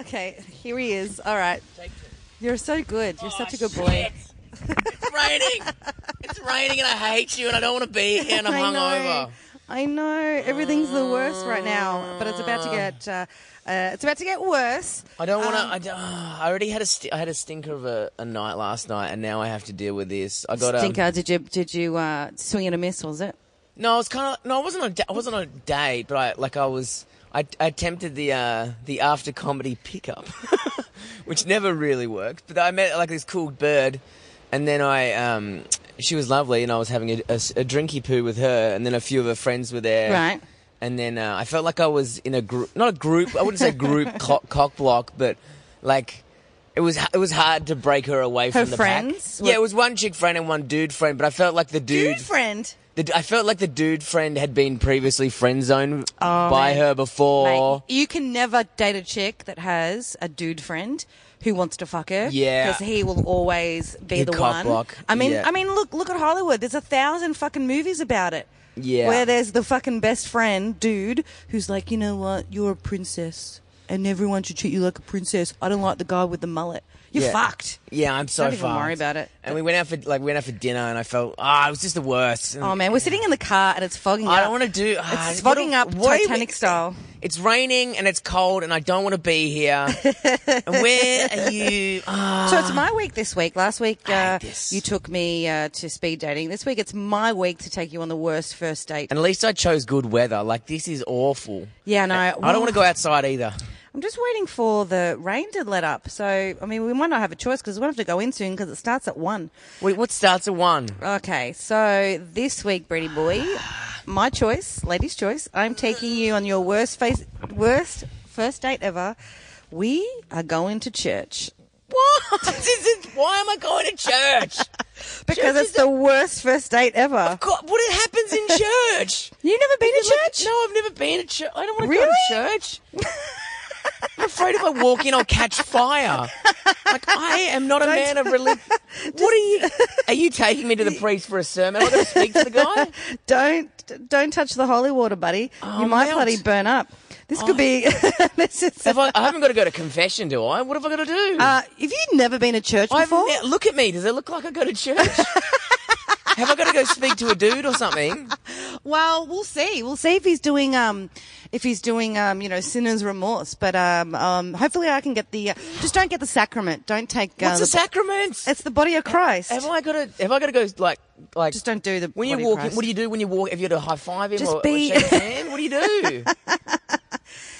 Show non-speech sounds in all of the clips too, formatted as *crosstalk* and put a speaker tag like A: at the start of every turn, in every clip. A: Okay, here he is. All right. You're so good. You're such a good boy.
B: Oh, It's raining. it's raining, and I hate you, and I don't want to be here, and
A: *laughs*
B: I'm
A: I
B: hungover.
A: know. I know. Everything's the worst right now, but it's about
B: Mm.
A: to get uh, uh, it's about to get worse.
B: I don't
A: Um,
B: want to. I, don't- *sighs* I already had a st- I had a stinker of a, a night last night, and now I have to deal with this. I got um, a
A: Stinker, did you did you uh, swing and a miss? Was it?
B: No, I was kind of no. I wasn't on. a da- I wasn't on a date, but I like I was. I, I attempted the uh, the after comedy pickup, *laughs* which never really worked. But I met like this cool bird, and then I um, she was lovely, and I was having a, a s- a drinky poo with her, and then a few of her friends were there.
A: Right.
B: And then uh, I felt like I was in a group, not a group. I wouldn't
A: *laughs*
B: say group co- cock block, but like it was it was hard to break her away
A: Her
B: from the
A: friends
B: Pack.
A: were-
B: Yeah, it was one chick friend and one dude friend, but I felt like the
A: Dude, friend.
B: the, I felt like the dude friend had been previously friend zoned by
A: mate.
B: her before.
A: Mate, you can never date a chick that has a dude friend who wants to fuck her.
B: Yeah.
A: because he will always be
B: He'd
A: the
B: cock
A: one.
B: block.
A: I mean,
B: Yeah.
A: I mean, look, look at Hollywood. There's a thousand fucking movies about it.
B: Yeah.
A: where there's the fucking best friend dude who's like, you know what, you're a princess, and everyone should treat you like a princess. I don't like the guy with the mullet. You're
B: Yeah.
A: fucked.
B: Yeah, I'm so
A: Don't even
B: fucked.
A: worry about it.
B: And we went out for like we went out for dinner, and I felt ah, it was just the worst. And
A: Oh man, we're sitting in the car and it's fogging up.
B: I don't want to do. ah,
A: It's fogging
B: *sighs* what
A: up
B: a- what do you
A: Titanic
B: mean?
A: style.
B: It's raining and it's cold, and I don't want to be *laughs* here. and where are you? Ah,
A: So it's my week this week. Last week uh,
B: this.
A: you took me uh, to speed dating. This week it's my week to take you on the worst first date.
B: and at least I chose good weather. Like this is awful.
A: yeah, no,
B: I don't want to go outside either.
A: I'm just waiting for the rain to let up. So I mean, we might not have a choice because we will have to go in soon because it starts at one.
B: Wait, what starts at one?
A: Okay, so this week, Brady boy, my choice, ladies' choice. I'm taking you on your worst face, worst first date ever. We are going to church.
B: What? *laughs* This is- why am I going to *laughs* church?
A: Because
B: Church
A: it's the worst first date ever.
B: God, what it happens in church?
A: You've never been to
B: Look,
A: church?
B: No, I've never been to church. I don't want to
A: Really?
B: go to church. I'm afraid if I walk in, I'll catch fire. Like I am not a
A: *laughs*
B: man of religion. What are you? Are you taking me to the priest for a sermon? Am I going to speak to the guy?
A: Don't don't touch the holy water, buddy. you might
B: melt.
A: bloody burn up. This could be. *laughs* this is.
B: Have I, I haven't got to go to confession, do I? What have I got to do?
A: Uh, have you never been to church
B: I've
A: before?
B: ne- look at me. Does it look like I go to church? have I got to go speak to a dude or something?
A: well, we'll see. We'll see if he's doing um, if he's doing um, you know, sinner's remorse. But um, um, hopefully I can get the. Uh, just don't get the sacrament. Don't take. Uh,
B: What's a
A: the-
B: sacrament?
A: It's the body of Christ.
B: Have I got to? Have I got to go? Like, like.
A: Just don't do the
B: When you
A: body
B: walk, in,
A: Christ.
B: what do you do when you walk? If you got to high five him
A: Just
B: or,
A: be-
B: or shake his hand, what do
A: *laughs*
B: you do?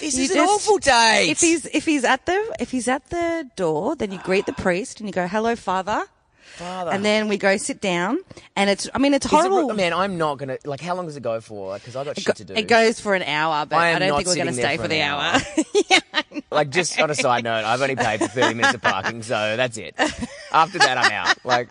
B: this
A: You
B: is an
A: just-
B: awful day.
A: If he's if he's at the if he's at the door, then you greet the priest and you go, "Hello, Father."
B: Father.
A: And then we go sit down, and it's I mean it's
B: Is it
A: horrible.
B: re- man, I'm not gonna like. How long does it go for? Because I got shit to do.
A: It goes for an hour, but I,
B: I am
A: don't
B: not
A: think we're going to
B: sitting there
A: stay
B: for
A: for
B: an
A: the hour.
B: hour.
A: *laughs*
B: Like, just on a side note, I've only paid for 30 minutes of parking, so that's it. After that, I'm out. Like,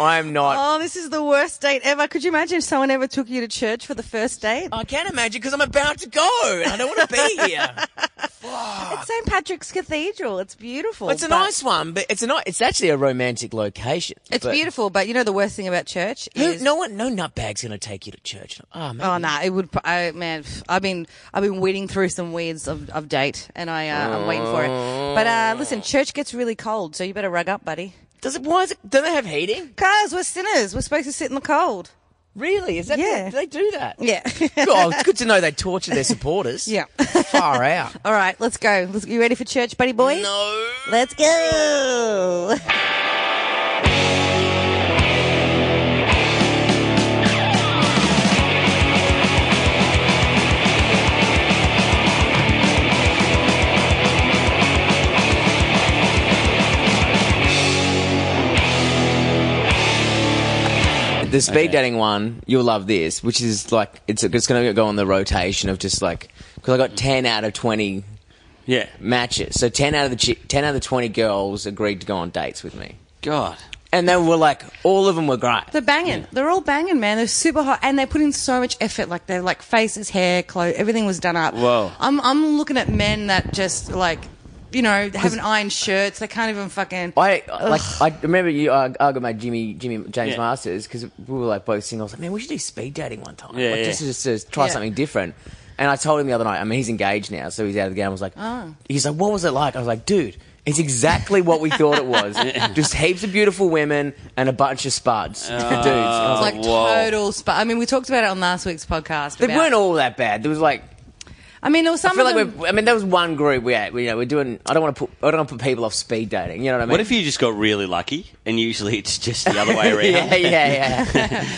B: I'm not.
A: oh, this is the worst date ever. Could you imagine if someone ever took you to church for the first date?
B: Oh, I can't imagine because I'm about to go. and I don't want to be *laughs* here.
A: It's St. Patrick's Cathedral. It's beautiful.
B: It's a
A: but-
B: nice one, but it's a nice. It's actually a romantic location.
A: It's
B: but-
A: beautiful, but you know the worst thing about church
B: Who,
A: is.
B: no one, no nutbag's gonna take you to church. Oh man,
A: Oh no, it would. pr- I, man, pff, I've been I've been weeding through some weeds of, of date, and I uh, I'm waiting for it. But uh, listen, church gets really cold, so you better rug up, buddy.
B: does it? Why is it? Don't they have heating?
A: Cause we're sinners. We're supposed to sit in the cold.
B: Really? Is that?
A: Yeah.
B: Do they do that?
A: Yeah. *laughs*
B: Oh, it's good to know they torture their supporters.
A: Yeah. *laughs*
B: Far *laughs* out.
A: All right, let's go. Let's, you ready for church, buddy boy?
B: No.
A: Let's go.
B: The speed dating one, you'll love this, which is like it's it's gonna go on the rotation of just like because I got ten out of twenty
C: Yeah.
B: matches, so ten out of the chi- ten out of the twenty girls agreed to go on dates with me,
C: God.
B: and they were like all of them were great.
A: They're banging. They're all banging, man. They're super hot, and they put in so much effort. Like their like faces, hair, clothes, everything was done up.
C: Whoa.
A: I'm I'm looking at men that just like, you know, having iron shirts. They can't even fucking.
B: I like. I remember you uh, argued my Jimmy, Jimmy James
C: Yeah.
B: Masters because we were like both single. I was like, man, we should do speed dating one time.
C: Yeah,
B: like,
C: yeah.
B: Just, just to try
A: Yeah.
B: something different. And I told him the other night. I mean, he's engaged now, so he's out of the game. I was like,
A: Oh.
B: he's like, what was it like? I was like, dude. It's exactly what we thought it was. Just heaps of beautiful women and a bunch of spuds. *laughs* dudes. And I was
C: Oh,
B: like,
A: Like
C: whoa.
A: total spa. I mean, we talked about it on last week's podcast.
B: they
A: about-
B: weren't all that bad. There was like
A: I mean, there was some
B: I feel
A: of
B: like
A: them-
B: we're. I mean, there was one group we had. You know, we're doing. I don't want to put. I don't want to put people off speed dating. You know what I mean?
C: What if you just got really lucky and usually it's just the other
A: *laughs*
C: way around?
B: *laughs* yeah, yeah, yeah.
C: *laughs*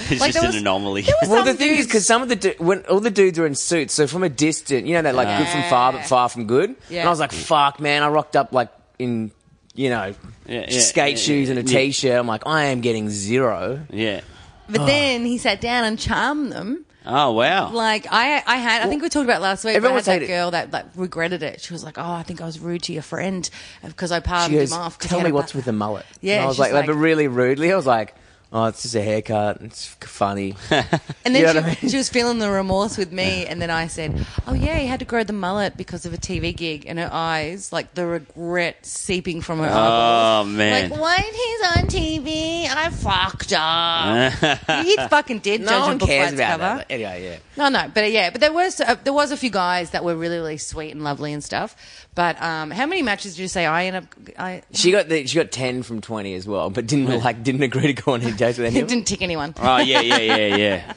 C: it's
A: Like,
C: just
A: there
C: an
A: was-
C: anomaly.
A: there was
B: well, the
A: some
B: thing is,
A: dudes-
B: because some of the du- when all the dudes are in suits, so from a distance, you know, they're like good from far, but
A: Yeah.
B: far from good.
A: Yeah.
B: And I was like, fuck, man, I rocked up like in. You know,
C: Yeah, yeah,
B: skate
C: yeah,
B: shoes
C: yeah,
B: and a
C: yeah.
B: t-shirt. I'm like, I am getting zero.
C: *laughs* yeah.
A: But then he sat down and charmed them.
C: Oh wow.
A: Like I, I had. I think we talked about last week. But I
B: everyone
A: had that
B: hated-
A: girl that like regretted it. She was like, "Oh, I think I was rude to your friend because I palmed
B: She goes,
A: him off." 'cause he
B: tell
A: had
B: me
A: a bu-
B: what's with the mullet.
A: Yeah,
B: and I was
A: she's
B: like,
A: like-
B: but really rudely, I was like, oh, it's just a haircut. It's *laughs* funny.
A: And then
B: You know
A: she,
B: what I mean?
A: she was feeling the remorse with me, and then I said, "Oh yeah, he had to grow the mullet because of a TV gig." And her eyes, like the regret seeping
B: Oh,
A: from her eyeballs.
C: Oh, man.
A: Like, why he's on TV? I fucked
B: *laughs*
A: up. he fucking did.
B: no
A: judge a
B: one
A: book by
B: cares
A: its
B: about
A: cover.
B: that. Anyway, yeah.
A: No, no, but yeah, but there was uh, there was a few guys that were really really sweet and lovely and stuff. But um, how many matches did you say I end up? I
B: She got the, she got ten from twenty as well, but didn't like didn't agree to go on any
A: *laughs*
B: dates with anyone.
A: didn't tick anyone.
C: Oh yeah, yeah, yeah, yeah.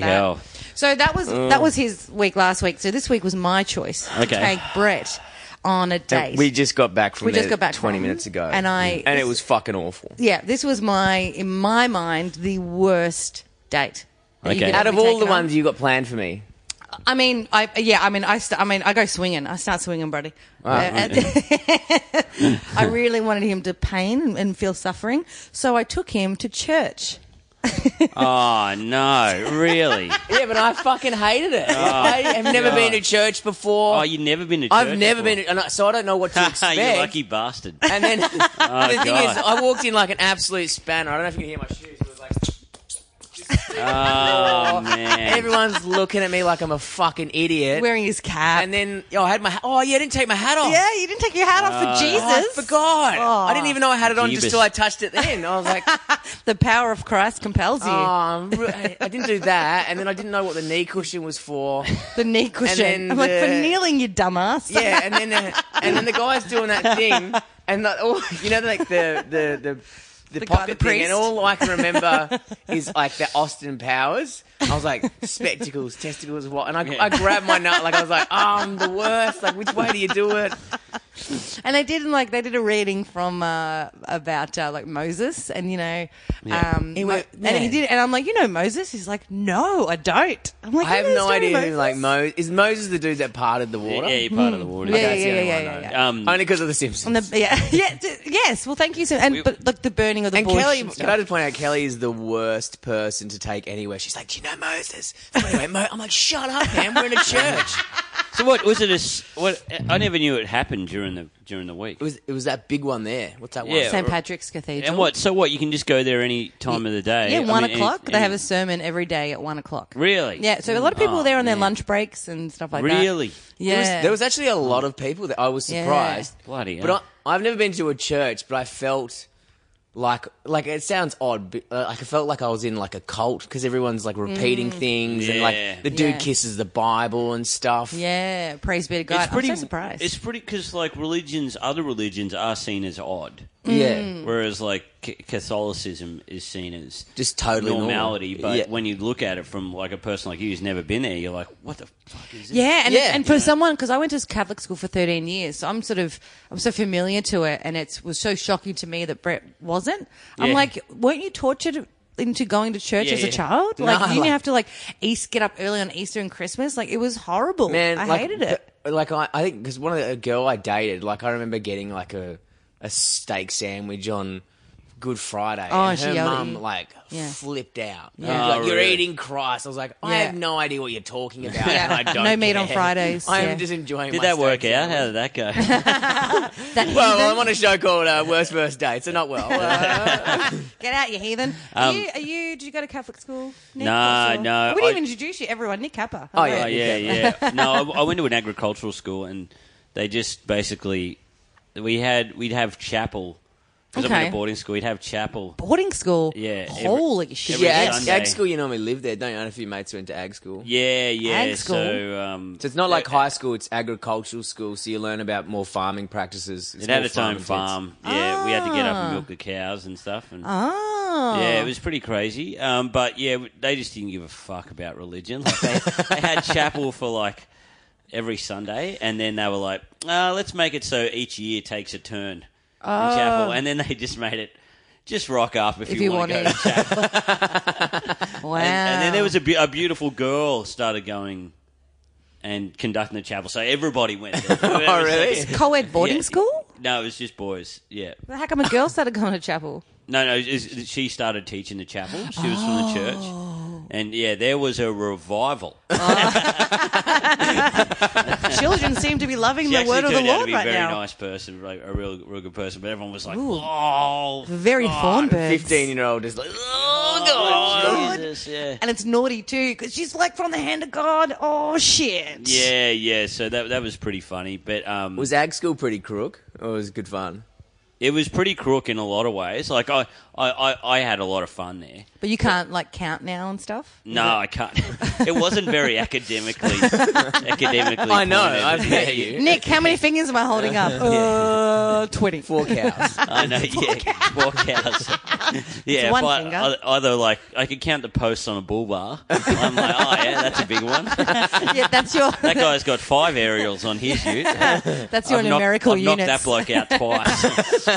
A: *laughs* Like that.
C: hell.
A: So that was that was his week last week. So this week was my choice to
C: Mm. Okay.
A: take Brett on a date.
B: We just got back from
A: We just
B: there
A: got back
B: twenty
A: from-
B: minutes ago,
A: and I-
B: and it was fucking awful.
A: yeah, this was my in my mind the worst date. that you
C: Okay.
A: could
B: Out
A: ever
B: of
A: be
B: all the
A: taken on.
B: ones you got planned for me,
A: I mean, I yeah, I mean, I st- I mean, I go swinging. I start swinging, buddy.
C: Ah,
A: Uh, *laughs* I really wanted him to pain and feel suffering, so I took him to church.
C: Oh
A: *laughs*
C: no, really?
B: yeah, but I fucking hated
C: *laughs*
B: it. I have never been to church before.
C: Oh, you've never been to church?
B: I've never
C: before?
B: been, to, and I, so I don't know
C: *laughs*
B: what to expect.
C: you lucky
A: *laughs*
C: bastard.
B: And
C: *laughs*
B: then *laughs* the thing
C: God.
B: is, I walked in like an absolute spanner. I don't know if you can hear my shoes. It was like
C: Oh man. *laughs*
B: everyone's looking at me like I'm a fucking idiot.
A: Wearing his cap.
B: and then oh, I had my oh yeah, I didn't take my hat off.
A: yeah, you didn't take your hat off for Jesus.
B: Oh, I forgot.
A: Oh.
B: I didn't even know I had it on
C: Jeebus.
B: just till I touched it. Then I was *laughs* like, Ah. oh,
A: *laughs* The power of Christ compels you.
B: I'm re- I I didn't do that, and then I didn't know what the knee cushion was
C: *laughs*
B: for.
A: the knee cushion.
B: then
A: I'm like for
B: the-
A: kneeling, you dumbass.
B: Yeah, and then uh, and then the guy's doing that thing, and like, all, you know, like the the the, the,
A: The guy,
B: pocket
A: the
B: thing, and
A: priest.
B: all I
A: *laughs*
B: can remember is like the Austin Powers. I was like spectacles, testicles, what? And I, I grabbed my nut, like I was like, oh, I'm the worst. Like, which way do you do it?
A: *laughs* And they did like they did a reading from uh, about uh, like Moses, and you know, um,
B: He went-
A: Mo- and he
B: yeah.
A: did, and I'm like, you know, Moses. He's like, no, I don't. I'm like,
B: I have
A: you know the
B: no
A: story of
B: idea. who,
A: Moses?
B: Like, Mo- is Moses the dude that parted the water?
C: Yeah, you're part of the
A: *laughs*
C: water.
A: Yeah,
B: Okay,
A: yeah, yeah,
B: that's the
A: yeah,
B: only
A: yeah,
B: one I know.
A: yeah.
C: Um,
B: Only because of The Simpsons.
A: On the
B: *laughs*
A: yeah, yeah, d- yes. Well, thank you. So, and but look, the burning of the
B: And
A: bush
B: Kelly,
A: and
B: can I
A: stuff.
B: just point out, Kelly is the worst person to take anywhere. She's like, do you know Moses? Anyway, Mo-" I'm like, shut up, man. We're in a church.
C: so what was it? A, s- what I never knew it happened during the during the week.
B: it was it was that big one there. What's that
C: Yeah.
B: one?
A: St. Patrick's Cathedral.
C: And what? So what? You can just go there any time of the day.
A: Yeah,
C: I
A: one
C: mean, any-
A: o'clock. they have
C: any-
A: a sermon every day at one o'clock.
C: Really?
A: Yeah. So a lot of people
C: Oh,
A: were there on their
C: man.
A: lunch breaks and stuff like that.
C: Really?
A: Yeah.
B: There was, there was actually a lot of people that I was
A: Yeah.
B: surprised.
C: Oh. Bloody
B: But
C: hell.
B: I, I've never been to a church, but I felt like like it sounds odd. But, uh, like I felt like I was in like a cult because everyone's like repeating things and
C: Yeah.
B: like the dude
A: Mm. Yeah.
B: kisses the Bible and stuff.
A: yeah. Praise be to God. I'm so surprised.
C: It's pretty because like religions, other religions are seen as odd,
A: Mm. Mm-hmm.
B: Yeah.
C: whereas like C- Catholicism is seen as
B: Just totally normal.
C: normality. But
B: Yeah.
C: when you look at it from like a person like you who's never been there, you're like, what the fuck is this?
A: Yeah, and
B: Yeah.
A: and for someone because I went to Catholic school for thirteen years, so I'm sort of I'm so familiar to it, and it was so shocking to me that Brett wasn't. I'm
C: Yeah.
A: like, weren't you tortured? Into going to church
C: Yeah,
A: as a
C: yeah.
A: child,
B: No,
A: like you
B: like-
A: have to like East get up early on Easter and Christmas, like it was horrible.
B: man,
A: I
B: like,
A: hated
C: *laughs*
A: it.
B: th- like I, I think because one of the a girl I dated, like I remember getting like a a steak sandwich on Good Friday,
A: Oh,
B: and
A: she
B: her
A: yelled at
B: mum
A: you.
B: like
A: Yeah.
B: flipped out.
A: Yeah.
B: She was
C: Oh,
B: like, You're
C: really?
B: eating Christ. I was like, I
A: Yeah.
B: have no idea what
A: *laughs*
B: you're talking about.
A: Yeah.
B: and I don't
A: No meat on
B: care.
A: Fridays,
B: I
A: yeah.
B: am just enjoying.
C: Did
B: my
C: that work
B: steak
C: out? How
B: sandwich.
C: did that go?
A: *laughs*
C: *laughs*
A: That
B: Well,
A: heathen.
B: I'm *laughs* on a show called uh, Worst First Dates, so not *laughs* well. Uh,
A: get out, you heathen. are, you, are you? Did you go to Catholic school? Nick,
C: Um, Nah,
A: or-
C: no,
A: We didn't
C: I-
A: even introduce you, everyone. Nick Kappa.
B: Oh,
A: Hello.
C: Oh, yeah, yeah. No, I, I went to an agricultural school, and they just basically we had we'd have chapel Because I went
A: Okay.
C: to boarding school. We'd have chapel.
A: Boarding school.
C: Yeah, every-
A: Holy shit.
C: every
B: yeah, ag,
C: Sunday.
B: ag school. You normally live there, don't you? I don't know if your mates went to ag school.
C: Yeah, yeah.
A: Ag school?
C: So, um,
B: So it's not like high school; it's agricultural school. So you learn about more farming practices. It's
C: It had
B: more
C: its own
B: farm-intense.
C: farm. Yeah, we had to get up
A: Ah.
C: and milk the cows and stuff. And
A: Oh.
C: yeah, it was pretty crazy. Um, but yeah, w- they just didn't give a fuck about religion. Like they, they had chapel for like every Sunday, and then they were like, uh, "Let's make it so each year takes a turn in chapel," and then they just made it. Just rock up if,
A: If you
C: want to
A: want
C: go
A: *laughs* to.
C: to chapel.
A: *laughs* wow.
C: *laughs* And, and then there was a, be- a beautiful girl started going and conducting the chapel, so everybody went. There. It was
B: really?
C: like-
A: co-ed boarding
C: Yeah.
A: school.
C: *laughs* no, it was just boys. Yeah.
A: How come a girl started going to
C: *laughs*
A: chapel?
C: No, no. is- She started teaching the chapel. She was from the
A: Oh.
C: church, and yeah, there was a revival.
A: Children seem to be loving
C: She
A: the
C: actually
A: word of the
C: turned out
A: Lord
C: to be a
A: right
C: very
A: now.
C: nice person, like a real, real good person. But everyone was like,
A: Ooh.
C: "Oh,
A: Very
C: God,
A: Thornburgs.
B: Fifteen-year-old is like, oh god.
C: oh, Jesus, yeah."
A: And it's naughty too, because she's like from the hand of God. Oh shit.
C: Yeah, yeah. So that that was pretty funny, but um,
B: Was ag school pretty crook, or was it good fun?
C: it was pretty crook in a lot of ways. Like I, I, I, I had a lot of fun there.
A: But you can't like count now and stuff.
C: No, I can't. it
A: *laughs*
C: wasn't very academically, academically.
B: I know.
C: pointed.
B: I've met you.
A: Nick, how many fingers am I holding
C: *laughs*
A: up? Uh, twenty.
B: Four cows.
C: I know, yeah, four cows.
A: *laughs*
C: yeah,
A: It's one
C: but
A: finger.
C: oth- Either like I could count the posts on a bull bar. I'm like, oh yeah, that's a big one. that
A: *laughs* Yeah, that's your
C: guy's got five aerials on
A: *laughs*
C: his ute.
A: that's your
C: I've knocked,
A: numerical
C: I've knocked
A: units.
C: that bloke out
A: *laughs*
C: twice.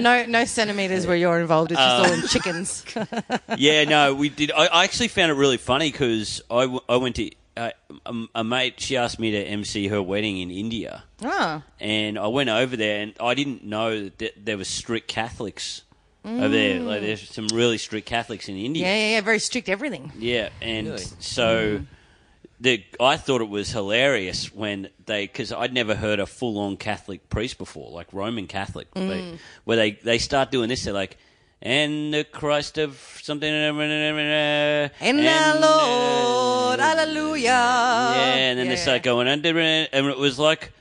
A: no, no centimeters where you're involved. It's
C: Uh,
A: just all in
C: *laughs*
A: chickens. Oh,
C: yeah, no, we did. I, I actually found it really funny because I, w- I went to uh, a, a mate. She asked me to MC her wedding in India.
A: oh.
C: and I went over there, and I didn't know that th- there were strict Catholics over there. Like, there's some really strict Catholics in India.
A: Mm. Yeah, yeah, yeah. Very strict everything.
C: Yeah, and
B: Really?
C: so the I thought it was hilarious when they because I'd never heard a full on Catholic priest before, like Roman Catholic, they,
A: Mm.
C: where they they start doing this. They're like. And the Christ of something, and,
A: And our Lord, Hallelujah.
C: yeah, and then they start going under, and and it was like,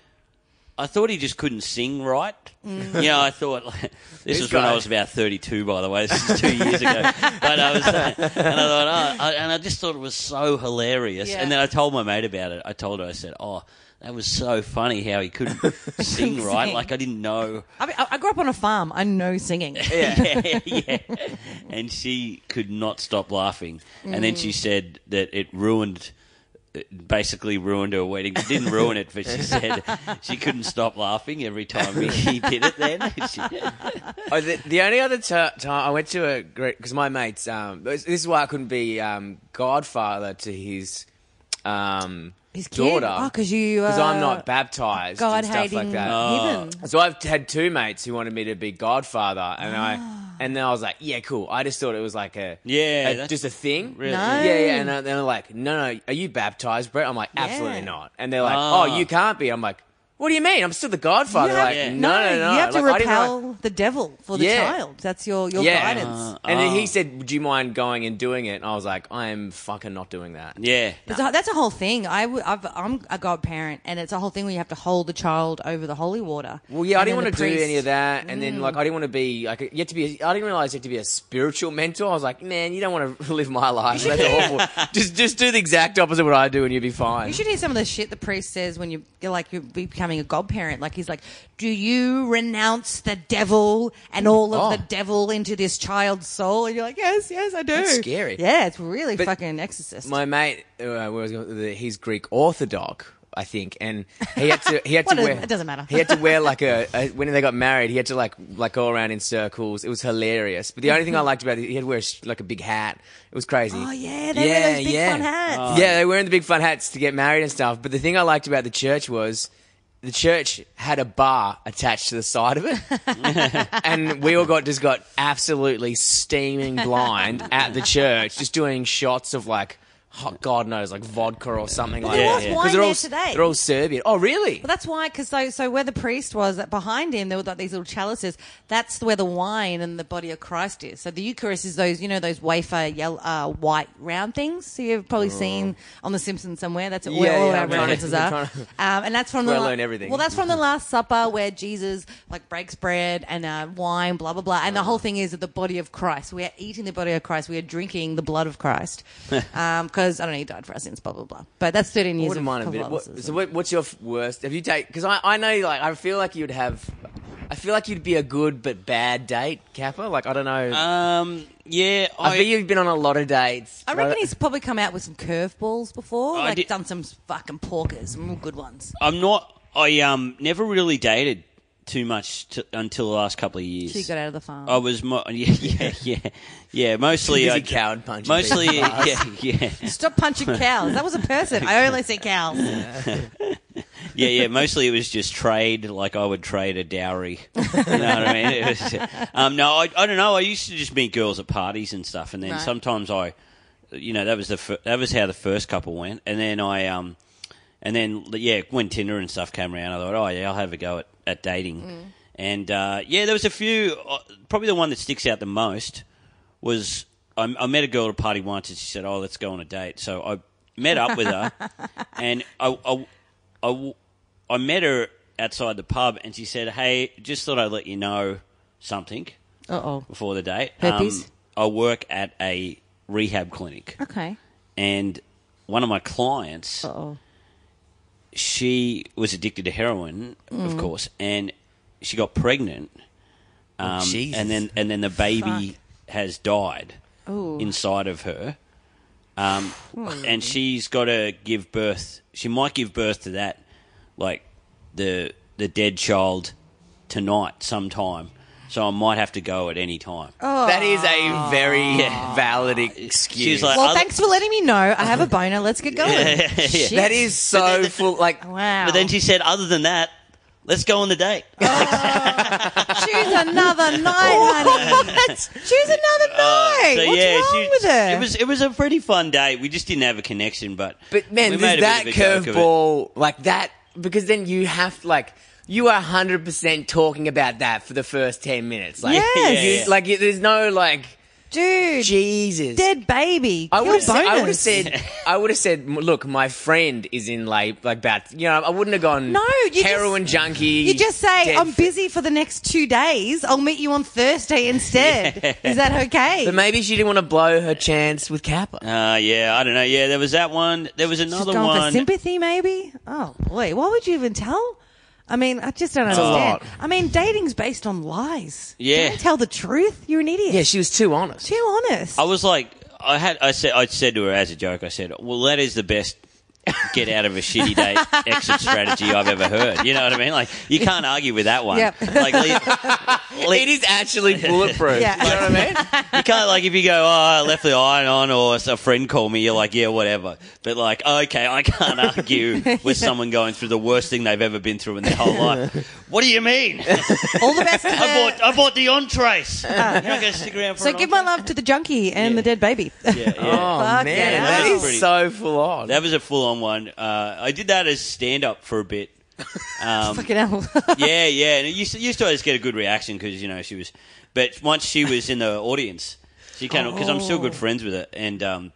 C: I thought he just couldn't sing right. Yeah, I thought like, this
B: This
C: was when
B: guy.
C: I was about thirty-two, by the way. This is two years ago, but I was, uh, and I thought, oh, I, and I just thought it was so hilarious.
A: Yeah.
C: And then I told my mate about it. I told her, I said, oh. That was so funny how he couldn't sing right.
A: sing.
C: Like I didn't know.
A: I, mean, I I grew up on a farm. I know singing.
C: *laughs*
A: *laughs*
C: Yeah, yeah. And she could not stop laughing. And then
A: Mm.
C: she said that it ruined, it basically ruined her wedding. It didn't ruin it,
A: *laughs*
C: but she said she couldn't stop laughing every time he, he did it. Then *laughs* she,
B: *laughs* Oh, the, the only other ti- time I went to a great because my mates. Um, this this is why I couldn't be um, godfather to his um,
A: His kid?
B: daughter.
A: Oh, 'cause you,
B: because I'm
A: uh,
B: not baptized
A: God
B: and stuff
A: hating
B: like that. Oh.
A: heathen.
B: So I've had two mates who wanted me to be godfather, and
A: Ah.
B: I and then I was like, yeah, cool. I just thought it was like a
C: Yeah,
B: a-
C: that's
B: just a thing.
C: really-
A: No.
B: Yeah, yeah, and I- then they're like, no, no, are you baptized, Brett? I'm like, absolutely
A: Yeah.
B: not. And they're like,
C: Ah.
B: oh, you can't be. I'm like, what do you mean? I'm still the godfather.
A: You have-
B: Like,
C: Yeah.
B: no, no, no.
A: You have to
B: Like, I didn't know-
A: repel the devil for the
B: Yeah. Uh,
A: child. That's your, your guidance.
B: and then
C: Ah.
B: he said, "Would you mind going and doing it?" And I was like, "I am fucking not doing that."
C: yeah,
A: That's a, that's a whole thing. I w- I've, I'm a godparent, and it's a whole thing where you have to hold the child over the holy water.
B: Well, yeah, I
A: And
B: didn't
A: then
B: want to
A: the
B: do
A: priest- Mm.
B: any of that, and then like I didn't want to be like you have to be. I didn't realize you have to be a spiritual mentor. I was like, man, you don't want to *laughs* live my life. That's
A: *laughs*
B: awful. Just just do the exact opposite of what I do, and you'll be fine.
A: You should hear some of the shit the priest says when you, you're like you're becoming a godparent. Like he's like, "Do you renounce the devil and all of
B: Oh.
A: the devil into this child's soul?" And you're like, "Yes, yes, I do."
B: That's scary.
A: Yeah, it's really
B: But
A: fucking exorcist.
B: My mate, uh, was, he's Greek Orthodox, I think, and he had to he had
A: *laughs*
B: to
A: What-
B: wear.
A: it doesn't matter.
B: He had to wear like a, a when they got married. He had to like like go around in circles. It was hilarious. But the only thing I liked about it, he had to wear a sh- like a big hat. It was crazy.
A: Oh, yeah, they wear those big fun hats. Oh.
B: Yeah, they were in the big fun hats to get married and stuff. But the thing I liked about the church was. The church had a bar attached to the side of it,
A: *laughs*
B: and we all got just got absolutely steaming blind at the church, just doing shots of like hot God knows, like vodka or something like
C: there
B: that.
C: was Yeah.
A: wine
B: they're all
A: there today.
B: they're all Serbian. Oh, really?
A: Well, that's why, because so, so where the priest was, that behind him there were like these little chalices. That's where the wine and the body of Christ is. So the Eucharist is those, you know, those wafer yellow, uh, white round things. So you've probably seen on The Simpsons somewhere. That's where
B: Oh. Yeah,
A: all
B: yeah,
A: our
B: I'm trying to-
A: references
B: I'm
A: are.
B: trying
A: *laughs* Um,
B: to-
A: and that's from
B: Where
A: the
B: I
A: la-
B: learn everything.
A: Well, that's from the Last Supper where Jesus like breaks bread and uh, wine, blah blah blah. And
B: Oh.
A: the whole thing is that the body of Christ. We are eating the body of Christ. We are drinking the blood of
B: *laughs*
A: Christ. Because I don't know, he died for our sins, blah blah blah. But that's thirteen
B: I
A: years
B: wouldn't
A: of
B: mind a bit. What,
A: Catholicism.
B: so, what, what's your f- worst? Have you take? Because I, I know, like, I feel like you'd have. I feel like you'd be a good but bad date, Kappa. Like, I don't know.
C: Um, yeah,
B: I bet
C: I,
B: you've been on a lot of dates.
A: I reckon he's probably come out with some curveballs before,
C: I
A: like
C: did-
A: done some fucking porkers, some real good ones.
C: I'm not. I um never really dated too much t- until the last couple of years.
A: She got out of the farm.
C: I was mo- *laughs* yeah, yeah, yeah, yeah. Mostly,
B: Busy
C: I,
B: coward punching
C: Mostly,
B: people.
C: yeah, yeah,
A: Stop punching
C: *laughs*
A: cows. That was a person. I only see cows.
C: yeah, yeah. Mostly, it was just trade. Like I would trade a dowry. *laughs* You know what I mean? It was, um, no, I, I don't know. I used to just meet girls at parties and stuff, and then
A: Right.
C: sometimes I, you know, that was the fir- that was how the first couple went, and then I um, and then yeah, when Tinder and stuff came around, I thought, oh yeah, I'll have a go at at dating, and uh, yeah, there was a few. uh, Probably the one that sticks out the most was I, I met a girl at a party once and she said, "Oh, let's go on a date." So I met up with her, and I, I, I w- I met her outside the pub, and she said, "Hey, just thought I'd let you know something
A: Uh oh.
C: before the date.
A: Herpes?
C: I work at a rehab clinic,
A: Okay.
C: and one of my clients,
A: Uh oh.
C: she was addicted to heroin, of
A: Mm.
C: course, and she got pregnant, um,
B: Jesus.
C: and then and then the baby
A: Fuck.
C: has died
A: Ooh. Hmm.
C: inside of her. Um, and she's got to give birth. She might give birth to that, like the the dead child tonight, sometime. So I might have to go at any time.
A: Oh.
B: that is a very valid excuse.
C: She's like-
A: Well,
C: I'll-
A: thanks for letting me know. I have a boner. Let's get going. Shit.
B: that is so full. Like,
A: Wow.
C: But then she said, other than that, let's go on the date.
A: choose another
C: *laughs*
A: night, honey. choose another night.
C: Oh, Uh, So
A: What's
C: yeah,
A: wrong
C: she-
A: with her?
C: It was it was a pretty fun date. We just didn't have a connection, but
B: But man,
C: we
B: there's
C: made a
B: that
C: bit of a joke of it.
B: curveball, like that, because then you have like you are hundred percent talking about that for the first ten minutes. Like,
A: Yes.
B: you-
C: Yeah, yeah.
B: like you- there's no like
A: dude.
B: Jesus.
A: Dead baby.
B: I
A: Your
B: would have said, I would have
A: bonus.
B: said, I would have said, "M- look, my friend is in like, like that. You know, I wouldn't have gone.
A: No, you
B: heroin junkie.
A: You just say,
B: dead
A: I'm
B: fr-
A: busy for the next two days. I'll meet you on Thursday
C: *laughs*
A: instead. Is that okay?
B: But maybe she didn't want to blow her chance with Kappa.
C: Uh, yeah, I don't know. Yeah, there was that one. There was another
A: She's going
C: one.
A: for sympathy, maybe? Oh, boy. What would you even tell? I mean, I just don't understand.
B: lot.
A: I mean, dating's based on lies.
C: Yeah.
A: Don't tell the truth. You're an idiot.
B: Yeah, she was too honest.
A: Too honest.
C: I was like, I had, I said, I said to her as a joke, I said, well, that is the best get out of a shitty date
A: *laughs*
C: exit strategy I've ever heard. You know what I mean? Like, you can't argue with that one.
A: Yep.
C: Like, le- le-
B: It is actually
A: *laughs*
B: bulletproof.
A: Yeah.
B: You know what I mean?
C: you can't like if you go, oh, I left the iron on, or a friend called me, you're like, yeah, whatever. But like, okay, I can't argue
A: *laughs*
C: with someone going through the worst thing they've ever been through in their whole life. What do
A: *laughs*
C: you mean?
A: All the
C: *laughs*
A: best to
C: I
A: her.
C: bought, I bought the entrees. You're not going to stick around for
A: Uh. So
C: an
A: give my
C: entree?
A: love to the junkie and
C: Yeah.
A: the dead baby.
C: Yeah, yeah.
B: *laughs* Oh
A: Fuck
B: man,
A: yeah.
B: that
C: That
B: is
C: was pretty-
B: so full on.
C: That was a full on one. Uh, I did that as stand up for
A: *laughs*
C: a bit. Um,
A: Fucking hell.
C: yeah, yeah. And it used to, used to always get a good reaction because, you know, she was. But once she was in the audience, she kind of. Because I'm still
A: Oh.
C: good friends with her. And, um,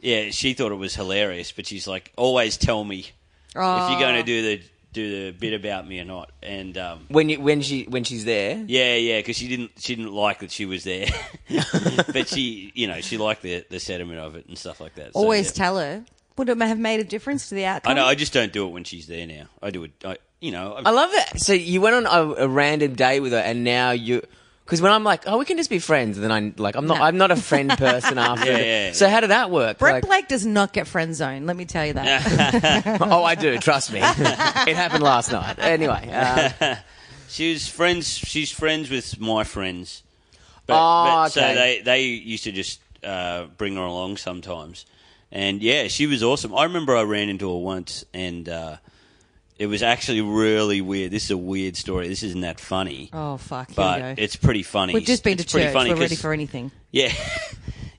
C: yeah, she thought it was hilarious. But she's like, always tell me if
A: *laughs*
C: you're going
A: Ah.
C: to do the do the bit about me or not. And, um,
B: when you when she when she's there.
C: yeah, yeah, because she didn't she didn't like that she was there,
A: *laughs*
C: *laughs* but she you know she liked the the sediment of it and stuff like that. So,
A: Always
C: yeah.
A: tell her. Would it have made a difference to the outcome?
C: I know. I just don't do it when she's there now. I do it. I, you know.
B: I
C: I,
B: love that. So you went on a, a random day with her, and now you. Because when I'm like, oh, we can just be friends, and then I like, I'm not,
A: No.
B: I'm not
A: *laughs*
B: a friend person after.
C: Yeah, yeah,
B: so
C: yeah.
B: how did that work?
A: Brett
B: Like,
A: Blake does not get friend zoned. Let me tell you that.
B: oh, I do. Trust
A: *laughs*
B: me, it happened last night. Anyway, um,
C: she's friends. She's friends with my friends. But,
A: Ah,
B: Oh,
C: but so
B: okay.
C: they they used to just uh, bring her along sometimes, and yeah, she was awesome. I remember I ran into her once, and uh, it was actually really weird. This is a weird story. This isn't that funny,
A: Oh, fuck. Here we go.
C: but it's pretty funny.
A: We've just been
C: It's
A: to
C: pretty
A: church.
C: funny *laughs*
A: We're ready
C: 'cause-
A: for anything.
C: Yeah,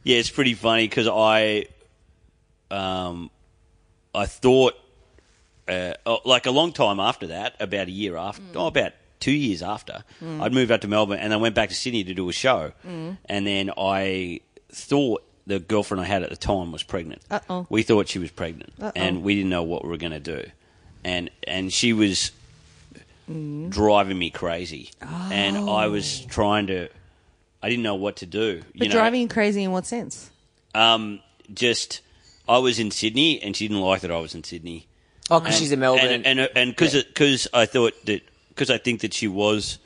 C: yeah, it's pretty funny because I um, I thought, uh, oh, like a long time after that, about a year after,
A: Mm.
C: oh, about two years after, I'd moved up to Melbourne and I went back to Sydney to do a show.
A: Mm.
C: And then I thought the girlfriend I had at the time was pregnant.
A: Uh-oh.
C: We thought she was pregnant
A: Uh-oh.
C: and we didn't know what we were going to do. And, and she was driving me crazy. And I was trying to, I didn't know what to do.
A: Oh. But
C: you know?
A: driving you crazy in what sense?
C: Um, just I was in Sydney, and she didn't like that I was in Sydney.
B: Oh, because she's in Melbourne.
C: and and and because I thought that because I think that she was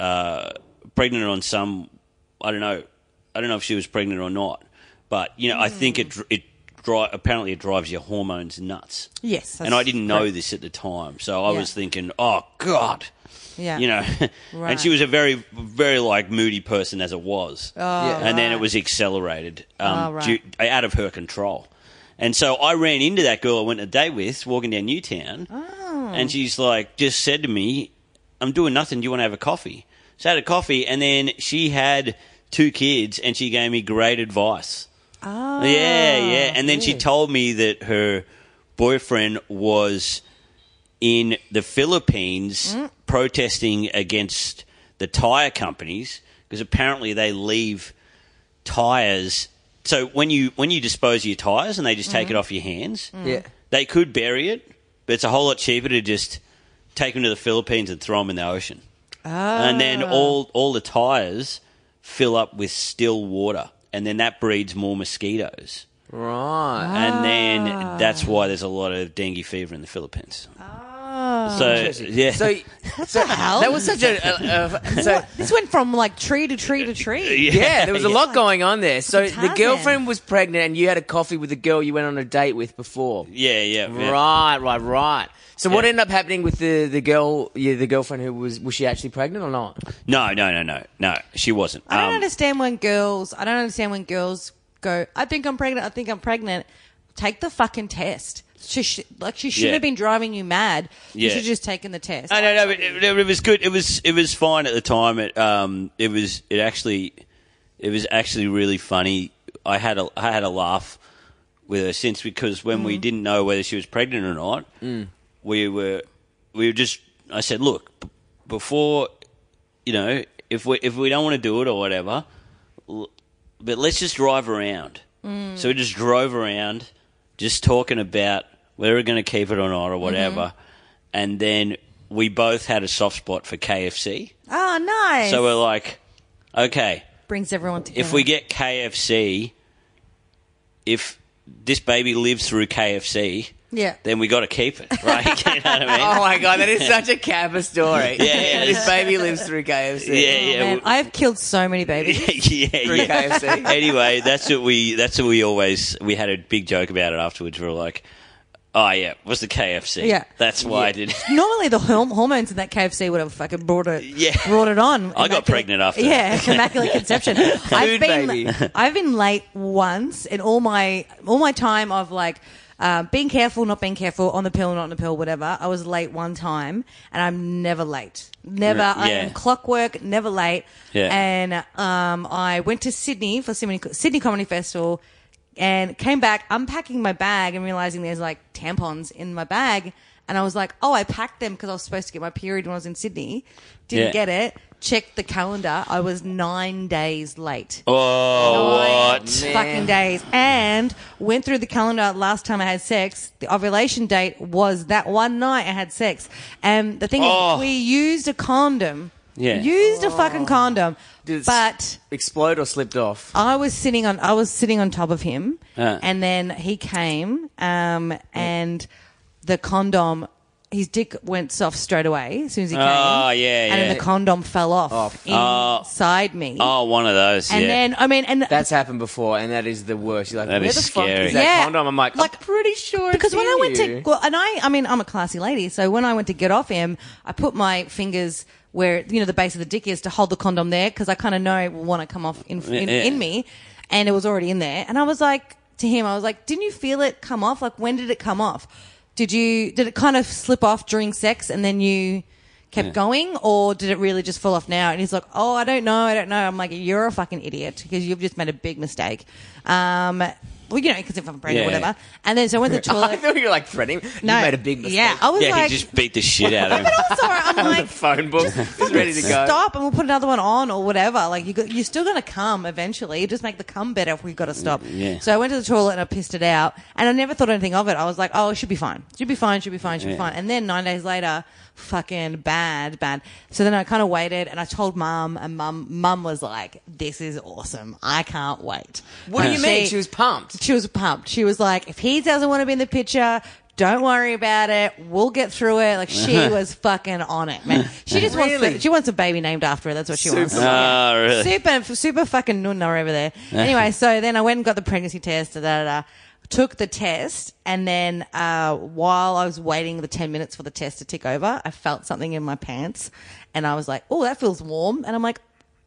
C: uh, pregnant on some I don't know I don't know if she was pregnant or not, but you know I think it dr- it dri- apparently it drives your hormones nuts.
A: Yes,
C: and I didn't know this at the time, so I
A: Yeah.
C: was thinking, oh god.
A: Yeah,
C: You know, *laughs*
A: Right.
C: and she was a very, very like moody person as it was,
B: Yeah.
C: and then it
A: right.
C: was accelerated um,
A: Oh, right.
C: due- out of her control. And so I ran into that girl I went on a date with walking down Newtown,
A: Oh.
C: and she's like, just said to me, "I'm doing nothing. Do you want to have a coffee?" So I had a coffee, and then she had two kids, and she gave me great advice.
A: Ah,
C: Yeah, yeah. And then she told me that her boyfriend was in the Philippines protesting against the tire companies because apparently they leave tires. So when you when you dispose of your tires and they just take it off your hands,
B: Mm. Yeah.
C: they could bury it, but it's a whole lot cheaper to just take them to the Philippines and throw them in the ocean. And then all all the tires fill up with still water, and then that breeds more mosquitoes.
B: Right.
C: And then that's
A: Ah.
C: why there's a lot of dengue fever in the Philippines.
A: Ah.
C: so yeah, *laughs*
B: So, so
A: hell?
B: that was such a. a,
A: *laughs*
B: a so,
A: This went from like tree to
C: *laughs*
A: tree to tree.
B: yeah, there was a lot going on there. So
A: Tarzan.
B: the girlfriend was pregnant, and you had a coffee with the girl you went on a date with before.
C: yeah, yeah, yeah.
B: Right, right, right. So what
C: Yeah.
B: ended up happening with the the girl, yeah, the girlfriend who was was she actually pregnant or not?
C: No, no, no, no, no. She wasn't.
A: I don't
C: Um,
A: understand when girls. I don't understand when girls go. I think I'm pregnant. I think I'm pregnant. Take the fucking test. She sh- like she shouldn't
C: Yeah.
A: have been driving you mad. You
C: Yeah.
A: should have just taken the test.
C: I don't know. But it, it was good. It was it was fine at the time. It um it was it actually it was actually really funny. I had a I had a laugh with her since because when we didn't know whether she was pregnant or not, we were we were just. I said, look, b- before you know, if we if we don't want to do it or whatever, l- but let's just drive around. So we just drove around, just talking about whether we're going to keep it or not or whatever. And then we both had a soft spot for KFC.
A: Oh, nice.
C: So we're like, okay,
A: brings everyone together.
C: if we get KFC, if this baby lives through KFC,
A: yeah,
C: then we got to keep it, right? *laughs* you know what I mean?
B: Oh my god, that is such a capper story.
C: Yeah, yeah.
B: this baby lives through KFC.
C: yeah, yeah.
A: Oh, man,
C: we-
A: I have killed so many babies.
C: *laughs* yeah,
B: Through
C: yeah. *laughs*
B: KFC.
C: anyway, that's what we that's what we always we had a big joke about it afterwards. We were like, "Oh yeah, what's the KFC?
A: Yeah.
C: that's why
A: *laughs*
C: I did."
A: Normally, the horm- hormones in that KFC would have fucking brought it,
C: Yeah.
A: brought it on.
C: I got
A: Immaculate-
C: pregnant after
A: Yeah,
C: *laughs*
A: immaculate conception. I've
B: Food
A: been,
B: baby.
A: I've been late once in all my all my time of like uh, being careful, not being careful, on the pill, not on the pill, whatever. I was late one time, and I'm never late. Never.
C: Yeah.
A: I am clockwork, never late.
C: Yeah.
A: And um, I went to Sydney for Sydney, Sydney Comedy Festival and came back unpacking my bag and realizing there's like tampons in my bag. And I was like, oh, I packed them because I was supposed to get my period when I was in Sydney. Didn't
C: Yeah.
A: get it. Checked the calendar. I was nine days late.
C: Oh,
A: Nine
C: what?
A: Fucking days. And went through the calendar last time I had sex. The ovulation date was that one night I had sex. And the thing
C: Oh.
A: is, we used a condom.
C: Yeah.
A: Used a fucking condom.
B: Did it
A: But
B: explode or slipped off.
A: I was sitting on I was sitting on top of him,
C: Uh.
A: and then he came, um, and the condom. His dick went soft straight away as soon as he came.
C: Oh, yeah,
A: And
C: yeah.
A: then the condom fell off
C: Oh.
A: inside me.
C: Oh, one of those.
A: and
C: yeah.
A: then I mean, and
B: That's happened before, and that is the worst. You're like,
C: That
B: where
C: is
B: the fuck
C: scary.
B: is that
A: Yeah.
B: condom? I'm like,
A: Like-
B: I'm pretty sure.
A: because
B: it's
A: when
B: in
A: I went
B: you.
A: to well, and I I mean I'm a classy lady, so when I went to get off him, I put my fingers where you know the base of the dick is to hold the condom there because I kind of know it will want to come off in in,
C: Yeah.
A: in me, and it was already in there, and I was like to him, I was like, didn't you feel it come off? Like when did it come off? Did you did it kind of slip off during sex and then you kept going or did it really just fall off now and he's like oh i don't know i don't know i'm like you're a fucking idiot because you've just made a big mistake um well, you know, because if I'm brand or
C: Yeah.
A: whatever. And then so I went to the
B: *laughs* I
A: toilet.
B: thought you were like threatening.
A: No.
B: You made a big mistake. *laughs*
A: Yeah, I was
C: yeah,
A: like,
C: he just beat the shit
A: *laughs*
C: out of him.
A: I'm sorry. I'm like,
B: phone book is ready to go.
A: stop, and we'll put another one on or whatever. Like you, got, you're still gonna come eventually. You just make the cum better if we've got to stop.
B: Mm,
C: yeah.
A: So I went to the toilet and I pissed it out, and I never thought anything of it. I was like, oh, it should be fine. Should be fine. Should be fine. Should be
C: Yeah.
A: fine. And then nine days later, fucking bad, bad. So then I kind of waited, and I told mum, and mum, mum was like, this is awesome. I can't wait.
B: What do you
A: And
B: mean? She was pumped.
A: she was pumped. She was like, if he doesn't want to be in the picture, don't worry about it. We'll get through it. Like she was fucking on it, man. She just wants
B: Really?
A: to, she wants a baby named after her. That's what she
B: Super.
A: wants.
C: Ah, *laughs* really?
A: Super super fucking nunna over there. Anyway, so then I went and got the pregnancy test. Da, da, da, da. Took the test, and then uh, while I was waiting the ten minutes for the test to tick over, I felt something in my pants, and I was like, "Oh, that feels warm," and I'm like.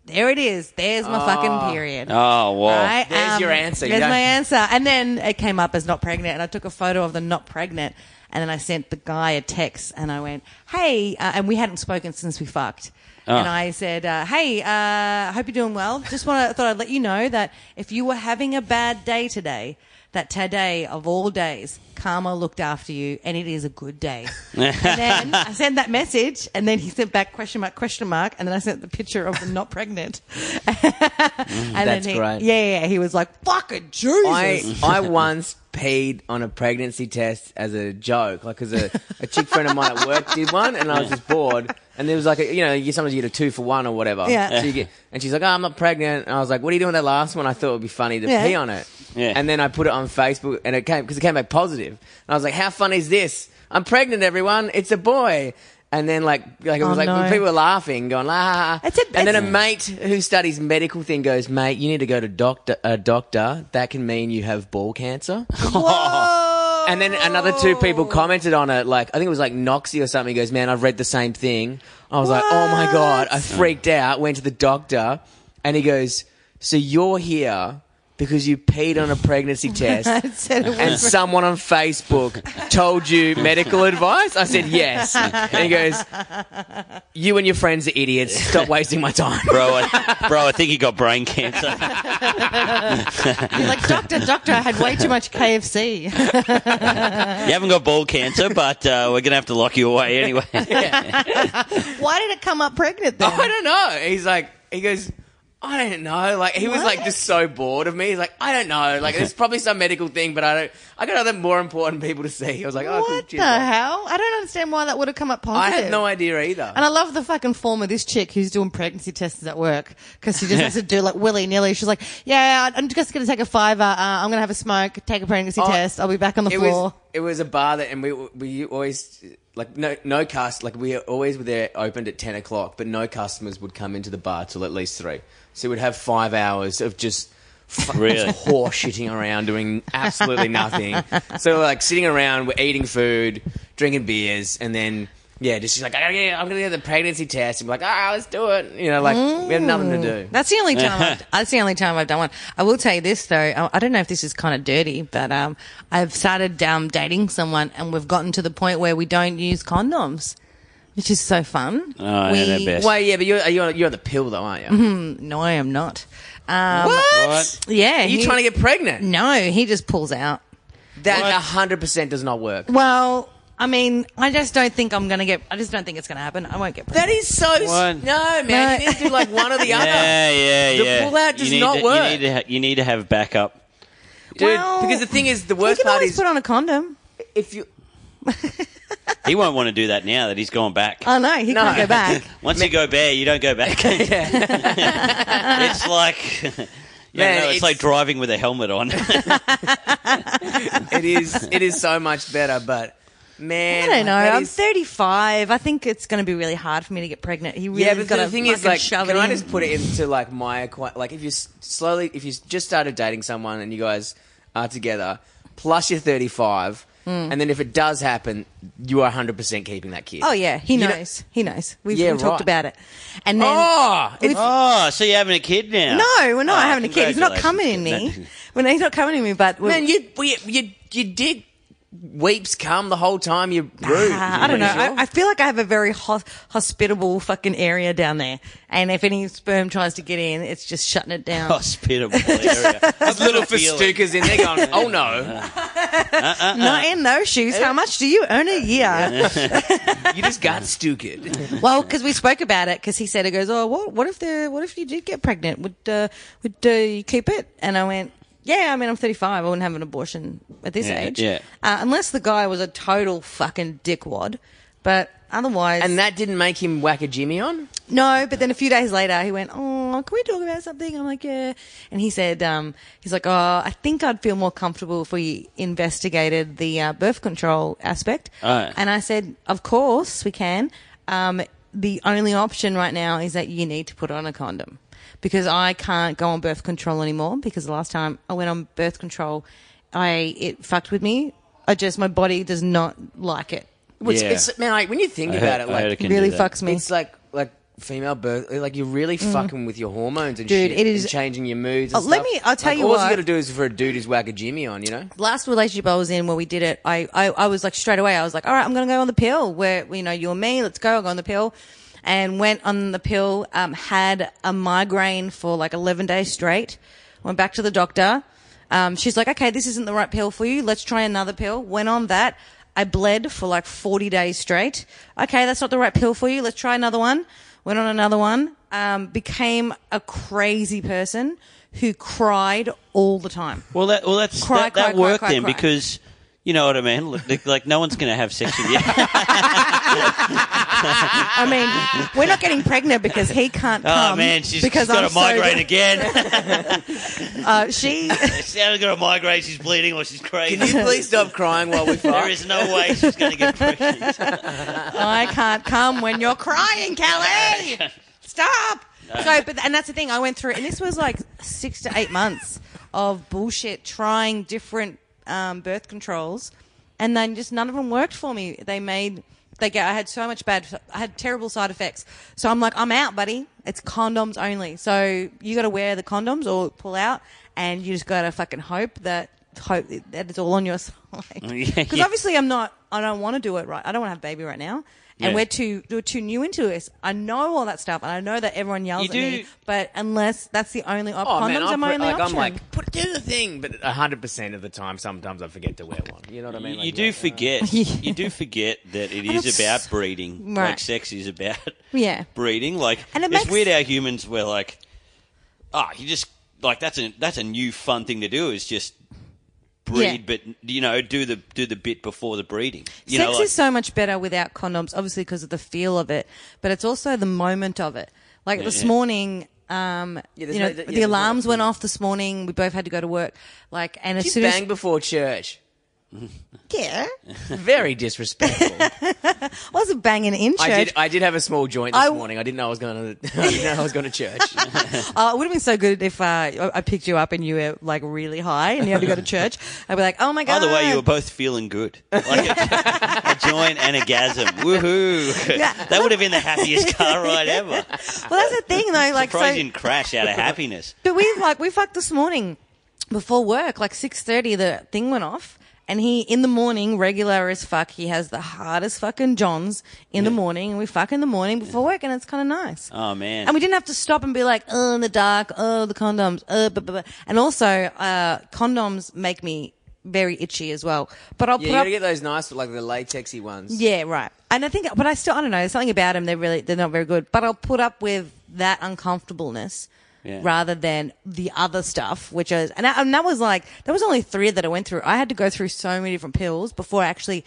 A: There it is. There's my fucking period.
C: Oh, wow.
A: Right?
B: There's your answer. You
A: There's
B: don't-
A: my answer. And then it came up as not pregnant, and I took a photo of the not pregnant, and then I sent the guy a text, and I went, "Hey," uh, and we hadn't spoken since we fucked. And I said, uh, "Hey, uh, I hope you're doing well. Just want to thought I'd let you know that if you were having a bad day today." That today of all days, karma looked after you, and it is a good day. and then I sent that message, and then he sent back question mark question mark, and then I sent the picture of the not pregnant. *laughs* and
B: That's
A: then he,
B: great.
A: yeah, yeah, yeah. He was like, fucking Jesus.
B: I, *laughs* I once peed on a pregnancy test as a joke, like as a, a chick friend of mine at work did one, and I was just bored. And there was like, a, you know, you sometimes you get a two for one or whatever.
A: Yeah.
B: So you get, and she's like, oh, I'm not pregnant. And I was like, what are you doing with that last one? I thought it would be funny to
A: Yeah.
B: pee on it.
C: Yeah.
B: And then I put it on Facebook, and it came because it came back positive. And I was like, how fun is this? I'm pregnant, everyone. It's a boy. And then like like it
A: Oh,
B: was like
A: no.
B: people were laughing, going "Ah, la. ha, ha, ha.
A: It's a-
B: and then a
A: it's-
B: mate who studies medical thing goes, mate, you need to go to doctor a doctor. That can mean you have ball cancer.
A: Whoa.
B: And then another two
A: Oh. *laughs*
B: people commented on it, like I think it was like Noxie or something. He goes, man, I've read the same thing. I was like, oh my god, I freaked out. Went to the doctor, and he goes, so you're here because you peed on a pregnancy test.
A: I said it
B: And
A: was
B: someone on Facebook told you medical advice? I said yes. And he goes, You and your friends are idiots. Stop wasting my time.
C: Bro, I, bro, I think he got brain cancer.
A: He's like, Doctor, Doctor, I had way too much KFC.
C: You haven't got ball cancer, but uh, we're going to have to lock you away
A: *laughs*
C: anyway.
A: *laughs* Why did it come up pregnant then?
B: *laughs* I don't know. He's like, he goes, I don't know. Like he was like
A: What?
B: just so bored of me. He's like, I don't know. Like there's probably some medical thing, but I don't. I got other more important people to see. I was like, oh, cool,
A: What the
B: cheers, bro."
A: hell? I don't understand why that would have come up
B: I
A: positive.
B: had no idea either.
A: And I love the fucking form of this chick who's doing pregnancy tests at work because she just has to do like willy nilly. She's like, "Yeah, I'm just going to take a fiver. Uh, I'm going to have a smoke, take a pregnancy
B: Oh,
A: test. I'll be back on the
B: it
A: floor."
B: was it was a bar that, and we we always like no no cast like we always were there opened at ten o'clock, but no customers would come into the bar till at least three. So we'd have five hours of just. fucking *laughs*
C: Really?
B: whore shitting around doing absolutely nothing. so we're like sitting around, we're eating food, drinking beers, and then yeah, just she's like I gotta get, I'm gonna get the pregnancy test, and we're like ah, let's do it. You know, like we had nothing to do.
A: That's the
B: *laughs*
A: only time. I've, that's the only time I've done one. I will tell you this though. I I don't know if this is kind of dirty, but um, I've started um, dating someone, and we've gotten to the point where we don't use condoms, which is so fun.
C: yeah,
A: We-
C: they're best.
B: Well, Oh, yeah, but you're you're, you're on the pill though, aren't you?
A: No, I am not. Um,
C: What?
A: Yeah,
B: Are you trying to get pregnant?
A: No, he just pulls out.
B: That hundred percent does not work.
A: Well, I mean, I just don't think I'm gonna get. I just don't think it's gonna happen. I won't get. pregnant.
B: That is so. s-
C: One.
B: No, man,
A: No.
B: you need to do like one or the
A: Ah.
B: other,
C: yeah, yeah,
B: The
C: yeah.
B: pullout does
C: you need
B: not
C: to,
B: work.
C: You need, to ha- you need to have backup.
B: dude.
A: Well,
B: because the thing is, the
A: You
B: worst
A: can
B: part
A: always
B: is
A: put on a condom.
B: if you.
C: He won't want to do that now that he's gone back.
A: Oh no, he
B: No.
A: can't go back.
C: *laughs* Once you go bare, you don't
A: *laughs*
C: go back. *laughs* it's like. Yeah,
B: Man,
C: no, it's,
B: it's-
C: like driving with a helmet
A: *laughs*
C: on.
B: It is.
C: *laughs*
B: It is so much better, but man,
A: I don't know.
B: that
A: I'm
B: is-
A: 35. I think it's going to be really hard for me to get pregnant. He really
B: yeah, but
A: got
B: the
A: to
B: thing is, like,
A: shove
B: can
A: it
B: I
A: in.
B: just put it into like my acqui- like if you s- slowly if you s- just started dating someone and you guys are together, plus you're 35, and then if it does happen, you are 100 percent keeping that kid.
A: Hmm. Oh yeah, he
B: You know-
A: knows. he knows. We've
B: Yeah,
A: we talked
B: right.
A: about it. And then
B: Oh,
A: With-
C: oh, so you're having a kid now?
A: no, we're not
C: Oh,
A: having a kid. He's not
C: *laughs* congratulations.
A: coming in me. When he's not coming in me, but
B: Man, you, you you you did weeps cum the whole time *laughs* you're rude.
A: Ah, I don't know. I, I feel like I have a very hos- hospitable fucking area down there, and if any sperm tries to get in, it's just shutting it down.
C: Oh,
B: *laughs*
C: Hospitable area.
A: *laughs*
B: There's little
C: feeling.
B: festukas in there *laughs* going, oh no,
A: Not in no shoes. How much do you earn a year?
B: you just got stuked.
A: well, because we spoke about it, because he said it goes, oh, what, what if the what if you did get pregnant? Would uh, would uh, you keep it? And I went. Yeah, I mean, I'm 35. I wouldn't have an abortion at this
C: Yeah,
A: age.
C: yeah.
A: Uh, unless the guy was a total fucking dickwad. But otherwise.
B: And that didn't make him whack a Jimmy on?
A: No, but then a few days later, he went, "Oh, can we talk about something?" I'm like, "Yeah," and he said, um, "He's like, oh, I think I'd feel more comfortable if we investigated the uh, birth control aspect."
C: Right.
A: And I said, "Of course we can. Um, the only option right now is that you need to put on a condom because I can't go on birth control anymore because the last time I went on birth control, I it fucked with me. I just my body does not like it.
B: Which,
C: Yeah.
B: it's, man, like, when you think
C: I
B: about
C: heard-
B: it,
C: I
B: like,
C: heard it can do
A: really
C: that.
A: fucks me.
B: It's like like female birth. Like you're really fucking with your hormones and
A: Dude,
B: shit.
A: it is-
B: and changing your moods. And
A: Oh, let
B: stuff.
A: me- I'll tell
B: like,
A: you
B: All
A: what.
B: you got to do is for a dude who's whack a Jimmy on. You know,
A: last relationship I was in where we did it, I, I, I was like straight away, I was like, all right, I'm going to go on the pill where, you know, you and me, let's go. I'll go on the pill and went on the pill, um, had a migraine for like 11 days straight, went back to the doctor. Um, she's like, okay, this isn't the right pill for you. Let's try another pill. Went on that. I bled for like 40 days straight. Okay, that's not the right pill for you. Let's try another one. Went on another one. Um, became a crazy person who cried all the time.
C: Well, that well that's
A: Cry,
C: that,
A: cry,
C: that
A: cry,
C: worked
A: cry,
C: then
A: cry.
C: because you know what I mean. Look, Like, like, no one's going to have sex with
A: *laughs*
C: you.
A: I mean, we're not getting pregnant because he can't come.
C: oh man, she's,
A: Um, because
C: she's got
A: I'm
C: a
A: *laughs*
C: migraine
A: So,
C: again. *laughs*
A: uh, she.
C: she's either got a migraine, she's bleeding, or she's crazy.
B: can you *laughs* please stop crying *laughs* while we
C: there
B: fuck?
C: is no way she's going
A: *laughs*
C: to get pregnant.
A: I can't come when you're crying, Kelly. Stop. So, but and that's the thing. I went through, and this was like six to eight months of bullshit, trying different um, birth controls, and then just none of them worked for me. They made they get. I had so much bad. I had terrible side effects. So I'm like, I'm out, buddy. It's condoms only. So you got to wear the condoms or pull out, and you just got to fucking hope that hope that it's all on your *laughs* side.
C: *laughs* Yeah,
A: Because
C: yeah.
A: obviously I'm not. I don't want to do it right. I don't want to have a baby right now, and
C: Yeah.
A: we're too we're too new into this. I know all that stuff, and I know that everyone yells
C: You
A: at
C: do-
A: me. But unless that's the only option,
B: Oh
A: condoms
B: man,
A: are
B: I'm,
A: my
B: pre-
A: only
B: like,
A: option.
B: I'm like, put do the thing, but hundred percent of the time, sometimes I forget to wear one. You know what I mean?
C: You
B: Like,
C: do
B: like, uh,
A: *laughs*
C: forget. You do forget that it is
A: it's-
C: about breeding.
A: Right.
C: Like sex is about
A: Yeah.
C: *laughs* breeding. Like
A: And it
C: it's
A: makes-
C: weird how humans were like, ah, you just like that's a that's a new fun thing to do is just breed, but you know do the do the bit before the breeding. You
A: Sex
C: know, like,
A: is so much better without condoms, obviously because of the feel of it, but it's also the moment of it. Like this
C: yeah.
A: morning, um,
B: there's
A: you know,
B: no- yeah,
A: the
B: there's no-
A: alarms went off this morning. We both had to go to work. Like, and as
B: you
A: soon
B: bang before church.
A: as yeah,
B: Very
A: *laughs*
B: disrespectful.
A: I wasn't banging in church.
B: I did. I did have a small joint this
A: I-
B: morning. I didn't know I was going to. *laughs* I didn't know I was going
A: *laughs*
B: to church.
A: Oh, it would have been so good if uh, I- I picked you up and you were like really high and you had to go
C: *laughs*
A: to church. I'd be like, oh my
C: by
A: god.
C: the way, you were both feeling good, like
A: *laughs*
C: a, a joint and a gasm. Woohoo! that would have been the happiest car ride ever.
A: well, that's the thing
C: *laughs*
A: though. Like,
C: Surprised
A: so,
C: you didn't crash out of happiness.
A: but we like we fucked this morning before work, like six thirty. The thing went off, and he in the morning, regular as fuck. He has the hardest fucking johns in the morning, and we fuck in the morning before work, and it's kind of nice.
C: Oh man!
A: And we didn't have to stop and be like, oh, in the dark, oh, the condoms, oh, blah, blah, blah. and also uh, condoms make me very itchy as well. But I'll
B: Yeah,
A: put
B: you got
A: up
B: to get those nice, like the latexy ones.
A: Yeah, right. And I think, but I still, I don't know. There's something about them. They're really, they're not very good. But I'll put up with that uncomfortableness
C: Yeah.
A: rather than the other stuff, which is, and, I, and that was like, there was only three that I went through. I had to go through so many different pills before I actually,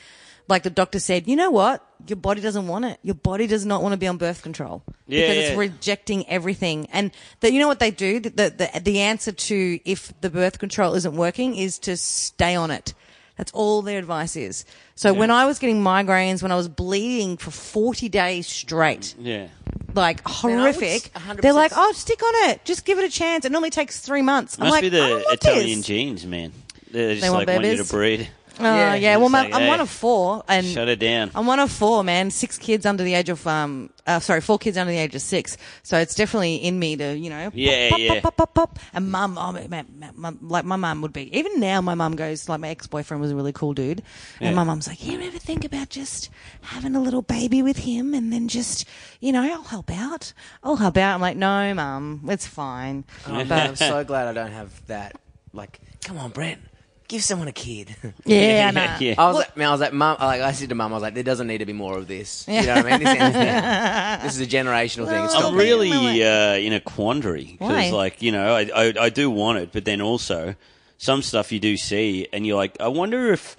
A: like the doctor said, you know what? Your body doesn't want it. Your body does not want to be on birth control
C: Yeah,
A: because it's
C: yeah.
A: rejecting everything. And that you know what they do? The, the, the, the answer to if the birth control isn't working is to stay on it. That's all their advice is. So when I was getting migraines, when I was bleeding for 40 days straight,
C: yeah.
A: like
B: I would
A: horrific,
B: s- 100%
A: they're like, oh, stick on it. Just give it a chance. It normally takes three months. I'm
C: Must
A: like,
C: be
A: I
C: the
A: don't want
C: Italian
A: this.
C: genes, man. They just
A: want
C: like want you to
A: babies?
C: breed.
A: Oh, yeah.
B: Yeah,
A: Well,
C: it's
A: my,
C: like,
A: I'm
C: hey,
A: one of four, and
C: Shut her down.
A: I'm one of four, man. Six kids under the age of um, uh, sorry, four kids under the age of six. So it's definitely in me to you know, pop,
C: Yeah,
A: pop,
C: yeah.
A: pop, pop, pop, pop. And mum, oh, man, man, man, mum- like my mum would be. Even now, my mum goes like my ex boyfriend was a really cool dude, and
C: Yeah.
A: my mum's like, you ever think about just having a little baby with him, and then just you know, I'll help out, I'll help out. I'm like, no, mum, it's fine.
B: Oh, man,
A: *laughs*
B: I'm so glad I don't have that. Like, come on, Brent, give someone a kid.
A: *laughs*
B: *laughs*
A: Yeah, I know.
C: yeah.
B: I was, like, man, I was like, mum, like I said to mum, I was like, there doesn't need to be more of this. You know what I mean? This,
A: *laughs*
B: ends now. this is a generational thing. It's
A: Well, Stop
B: not
C: I'm
A: it.
C: really
A: Wait,
C: uh, in a quandary
A: Why?
C: because, like, you know, I, I I do want it, but then also some stuff you do see, and you're like, I wonder if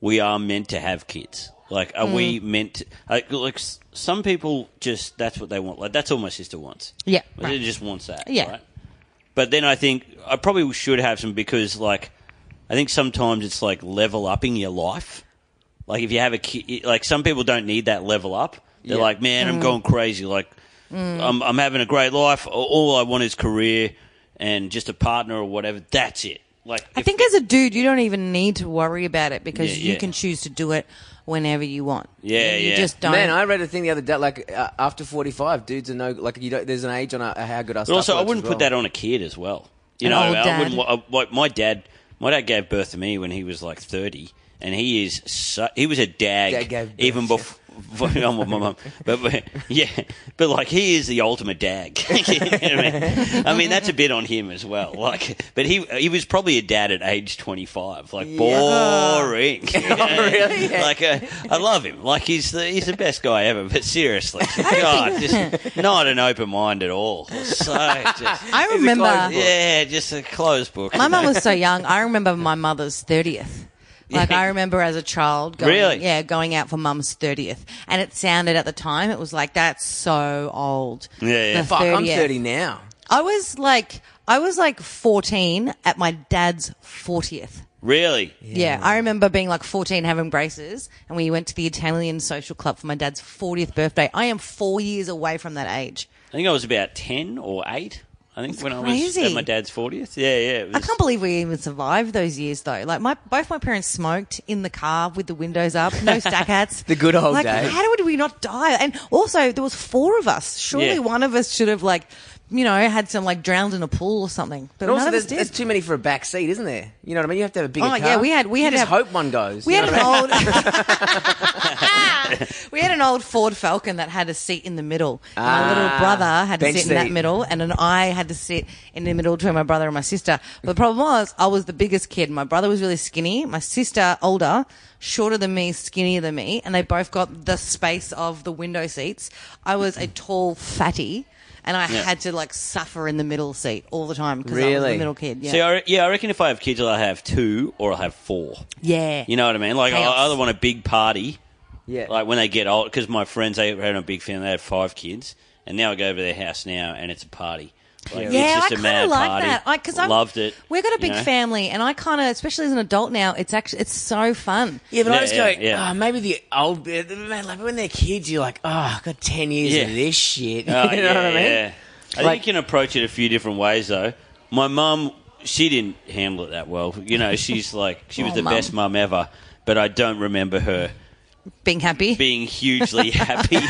C: we are meant to have kids. Like, are
A: Mm.
C: we meant? To, like, like, s- some people just that's what they want. Like, that's all my sister wants.
A: Yeah,
C: Like,
A: right.
C: she just wants that.
A: Yeah.
C: right? But then I think I probably should have some because, like, I think sometimes it's like level upping your life. Like if you have a kid, like some people don't need that level up. They're
B: Yeah.
C: like, man,
A: Mm.
C: I'm going crazy. Like I'm, I'm having a great life. A- All I want is career and just a partner or whatever. That's it. Like
A: I
C: if-
A: think as a dude, you don't even need to worry about it because
C: Yeah,
A: you
C: yeah.
A: can choose to do it whenever you want.
C: Yeah,
A: you
C: yeah.
A: just don't.
B: Man, I read a thing the other day. Like uh, after forty five, dudes are no like you don't. There's an age on uh, how good our
C: but
B: stuff.
C: also I
B: works
C: wouldn't
B: as
C: put
B: well.
C: that on a kid as well. You
A: An
C: know,
A: old
C: I
A: dad.
C: wouldn't. wa- I- like, my dad, my dad gave birth to me when he was like 30, and he is so, he was a
B: Dad
C: dag
B: gave birth,
C: even
B: yeah.
C: before. *laughs* I'm with my mum, but, but yeah, but like he is the ultimate dag. *laughs* You know what I, mean? I mean, that's a bit on him as well. Like, but he he was probably a dad at age 25. Like
B: *laughs*
C: boring.
B: Oh, really? Yeah.
C: Like uh, I love him. Like he's the he's the best guy ever.
B: *laughs*
C: But seriously, God, just not an open mind at
B: *laughs*
C: all. So just
A: I
B: a
A: remember
B: closed book.
C: yeah, just a closed book.
A: my mum was so young. I remember my mother's thirtieth. Like
C: Yeah.
A: I remember as a child, going,
C: Really?
A: yeah, going out for mum's thirtieth, and it sounded at the time it was like that's so old.
C: Yeah, yeah.
A: The
B: Fuck, I'm
A: 30th.
B: thirty now.
A: I was like, I was like fourteen at my dad's fortieth.
C: *laughs* really.
A: Yeah. I remember being like 14 having braces and we went to the Italian social club for my dad's 40th birthday. I am four years away from that age.
C: I think I was about ten or eight. I think when I was
A: crazy.
C: at my dad's fortieth. Yeah, yeah. It was,
A: I can't believe we even survived those years though. Like my, both my parents smoked in the car with the windows up,
B: *laughs*
A: no stack hats.
B: The good old
A: like,
B: days.
A: How did we not die? And also there was four of us. Surely
C: Yeah.
A: one of us should have like, you know, had some like drowned in a pool or something. But
B: And also,
A: none of
B: there's,
A: us
B: there's
A: did.
B: too many for a back seat, isn't there? You know what I mean? You have to have a bigger
A: Oh,
B: car.
A: yeah, we had- we
B: You
A: had to
B: just
A: have-
B: hope one goes.
A: We
B: you
A: had
B: know
A: an
B: what I mean? *laughs*
A: old *laughs* We had an old Ford Falcon that had a seat in the middle. And my little
B: Ah,
A: brother had to
B: bench
A: sit in that
B: seat.
A: middle and then I had to sit in the middle between my brother and my sister. But the problem was I was the biggest kid. My brother was really skinny, my sister older, shorter than me, skinnier than me, and they both got the space of the window seats. I was a tall fatty and I
C: Yeah.
A: had to like suffer in the middle seat all the time because I was the
B: Really?
A: middle kid. Yeah.
C: See, I, re- yeah, I reckon if I have kids, I'll have two or I'll have four.
A: yeah.
C: You know what I mean? Like I
A: Chaos.
C: I either want a big party,
B: Yeah.
C: like when they get old, because my friends they had a big family, they had five kids, and now I go over to their house now and it's a party. Like,
A: Yeah,
C: it's just
A: I
C: a
A: kind
C: mad
A: of like
C: party.
A: that. I because I
C: loved it.
A: We've got a
C: you
A: big
C: know?
A: family, and I kind of, especially as an adult now, it's actually it's so fun.
B: Yeah, but
C: Yeah,
B: I just
C: yeah,
B: go,
C: yeah.
B: "Oh, maybe the old, man, like when they're kids, you're like, oh, I've got 10 years
C: Yeah.
B: of
A: *laughs*
B: this shit. *laughs*
C: Oh,
B: you know
C: yeah,
B: what I mean?
C: yeah. I
B: Like-
C: think you can approach it a few different ways, though. My mum, she didn't handle it that well. You know, she's *laughs* like, she was
A: Oh,
C: the
A: mum.
C: best mum ever, but I don't remember her
A: Being happy,
C: being hugely *laughs* happy. You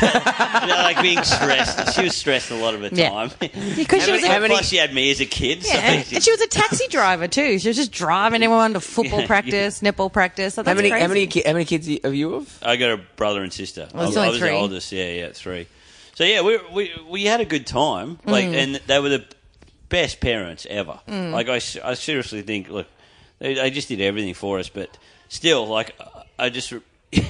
C: know, like being stressed. She was stressed a lot of the
A: Yeah.
C: time.
A: because she
B: How
A: was
B: many-
A: a,
B: how many-
C: Plus, she had me as a kid.
A: yeah,
C: *laughs*
A: and,
C: So
A: and she was a taxi driver too. She was just
C: *laughs*
A: driving everyone to football
C: Yeah,
A: practice, nipple practice. Like,
B: How
A: that's
B: many,
A: crazy.
B: how, many, ki- how many kids are you of?
C: I got a brother and sister. I
A: Oh, it's
C: was,
A: only
C: I was the
A: three.
C: oldest. Yeah, yeah, three. So yeah, we we we had a good time. Like,
A: Mm.
C: and they were the best parents ever. Like, I, s- I seriously think look, they, they just did everything for us. But still, like, I just. *laughs* re-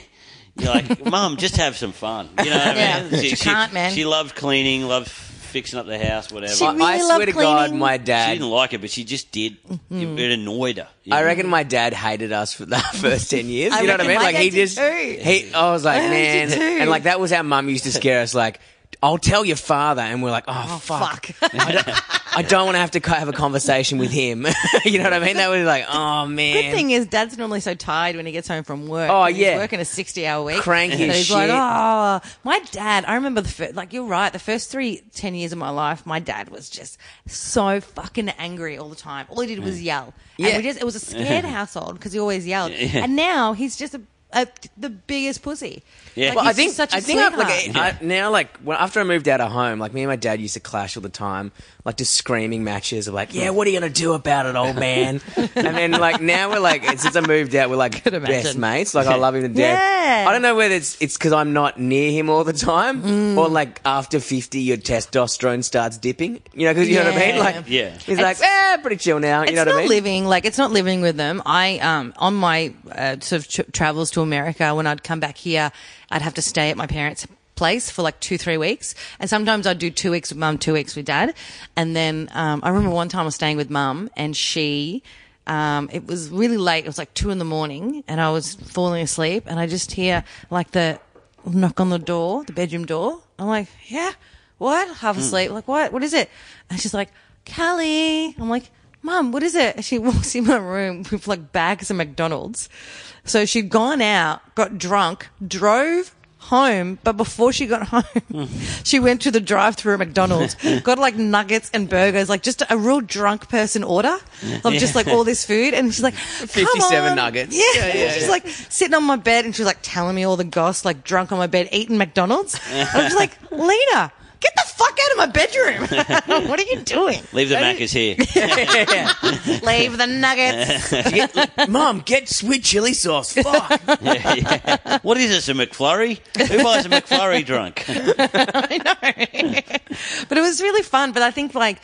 C: You're like, Mum, just have some fun. You know
A: *laughs*
C: what
A: Yeah,
C: I mean?
A: but you can't, man.
C: She loved cleaning, loved fixing up the house, whatever.
A: She
B: I- I
A: really
B: swear
A: loved
B: to God,
A: cleaning.
B: my
C: She
B: dad.
C: didn't like it, but she just did.
A: Mm-hmm.
C: It, it annoyed her. you
B: I
C: know?
B: reckon my dad hated us for the *laughs* first ten years.
A: I
B: You know what I
A: reckon
B: mean?
A: my
B: Like he
A: dad did
B: just,
A: too.
B: he. I was like,
A: I did
B: man,
A: too.
B: and like that was how mum used to scare us. Like, I'll tell your father. And we're like, oh, fuck. I don't, I don't want to have to co- have a conversation with him. *laughs* you know what I mean? They were like, oh, man.
A: Good thing is, Dad's normally so tired when he gets home from work.
B: Oh,
A: He's
B: yeah.
A: working a sixty-hour week.
B: Cranky
A: so he's
B: as
A: like,
B: shit.
A: oh, my dad. I remember the first, like you're right. The first three, ten years of my life, my dad was just so fucking angry all the time. All he did was yell.
B: Mm. Yeah.
A: And we just, it was a
B: *laughs*
A: scared household because he always yelled. And now he's just a, a, the biggest pussy.
C: Yeah.
A: Like,
C: Well,
A: he's
B: I think
A: such a
B: I think I've, like
A: sweetheart.
B: I- I- now like when, after I moved out of home, like me and my dad used to clash all the time, like just screaming matches of like, yeah, what are you gonna do about it, old man? and then like now we're like since I moved out, we're like best
A: imagine.
B: mates. Like I love him to death.
A: Yeah.
B: I don't know whether it's it's because I'm not near him all the time,
A: Mm.
B: or like after fifty your testosterone starts dipping. You know, because you know what I mean.
A: Yeah.
B: Like
C: Yeah.
B: he's
A: It's-
B: like, eh, pretty chill now. You
A: it's
B: know what
A: not
B: I mean?
A: living like it's not living with them. I um on my uh, sort of tr- travels to America when I'd come back here, I'd have to stay at my parents' place for like two three weeks, and sometimes I'd do two weeks with mum, two weeks with dad, and then um, I remember one time I was staying with mum and she. Um, it was really late. It was like two in the morning, and I was falling asleep. And I just hear like the knock on the door, the bedroom door. I'm like, yeah, what?
B: Hmm.
A: Half asleep. Like, what? What is it? And she's like, Callie. I'm like, Mum, what is it? And she *laughs* walks in my room with like bags of McDonald's. So she'd gone out, got drunk, drove home, but before she got *laughs*
B: Hmm.
A: home, she went to the drive through at
B: *laughs*
A: McDonald's, got like nuggets and burgers, like just a real drunk person order of just like all this food. And she's like,
B: 57
A: "Come on."
B: nuggets.
A: Yeah.
B: Yeah, yeah,
A: she's
B: yeah.
A: like sitting on my bed and she was like telling me all the goss, like drunk on my bed, eating McDonald's. And I was like, Lena, get the fuck out of my bedroom. *laughs* what are you doing?
C: Leave the
A: *laughs*
C: Maccas here.
B: Yeah.
A: Leave the nuggets. *laughs*
B: Get- *laughs* Mom, get sweet chili sauce. Fuck.
C: Yeah. What is this, a McFlurry?
A: *laughs*
C: Who buys a McFlurry drunk?
A: I know. *laughs* but it was really fun. But I think like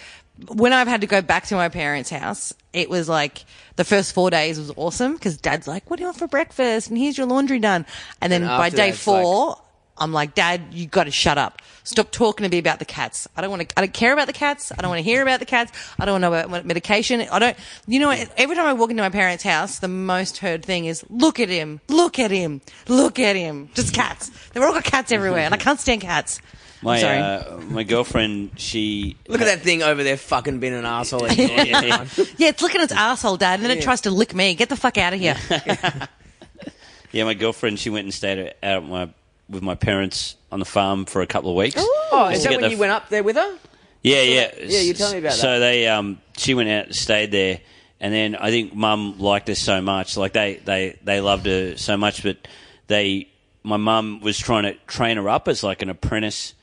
A: when I've had to go back to my parents' house, it was like the first four days was awesome because dad's like, what do you want for breakfast? And here's your laundry done. And then
B: And
A: by
B: after that,
A: day
B: it's
A: four, Oh, I'm like, dad, you got to shut up. Stop talking to me about the cats. I don't want to, I don't care about the cats. I don't want to hear about the cats. I don't want to know about medication. I don't, you know, what? every time I walk into my parents' house, the most heard thing is, look at him, look at him, look at him. Just cats. They've all got cats everywhere and I can't stand cats.
C: My
A: Sorry.
C: Uh, my girlfriend, she
B: *laughs* Look at that thing over there fucking being
A: *laughs*
B: an asshole.
C: Yeah, yeah.
A: Yeah, it's looking its asshole, Dad, and then it tries to lick me. Get the fuck out of here.
C: Yeah, my girlfriend, she went and stayed at, out at my with my parents on the farm for a couple of weeks.
B: Oh, is
C: Just
B: that
C: to get
B: when
C: the
B: you
C: f-
B: went up there with *laughs* her?
C: Yeah, yeah,
B: Yeah, you tell me about
C: so
B: that.
C: they, um, she went out, stayed there, and then I think Mum liked us so much, like they, they, they loved her so much, but they, my Mum was trying to train her up as like an apprentice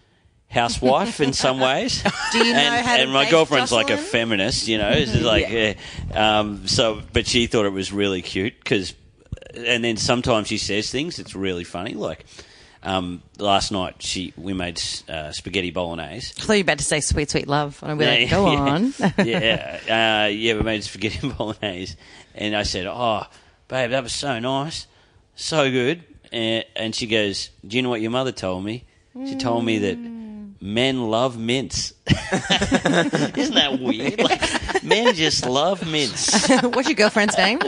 C: housewife in some ways.
A: Do you know
C: and,
A: how to
C: and my
A: bake,
C: girlfriend's like a
A: Jocelyn?
C: feminist, you know, it's like, yeah. um, so, but she thought it was really cute because, and then sometimes she says things, it's really funny, like. Um, last night she we made uh, spaghetti bolognese,
A: I thought you were about to say sweet, sweet love. And I'd be like,
C: yeah,
A: go
C: *laughs* yeah.
A: on. *laughs*
C: yeah, uh, yeah, we made *laughs* spaghetti bolognese, and I said, "Oh, babe, that was so nice, so good." And, and she goes, "Do you know what your mother told me? She told me that
A: Mm.
C: men love mints. *laughs* Isn't that weird? Like, men just love
A: *laughs*
C: mints."
A: What's your girlfriend's name?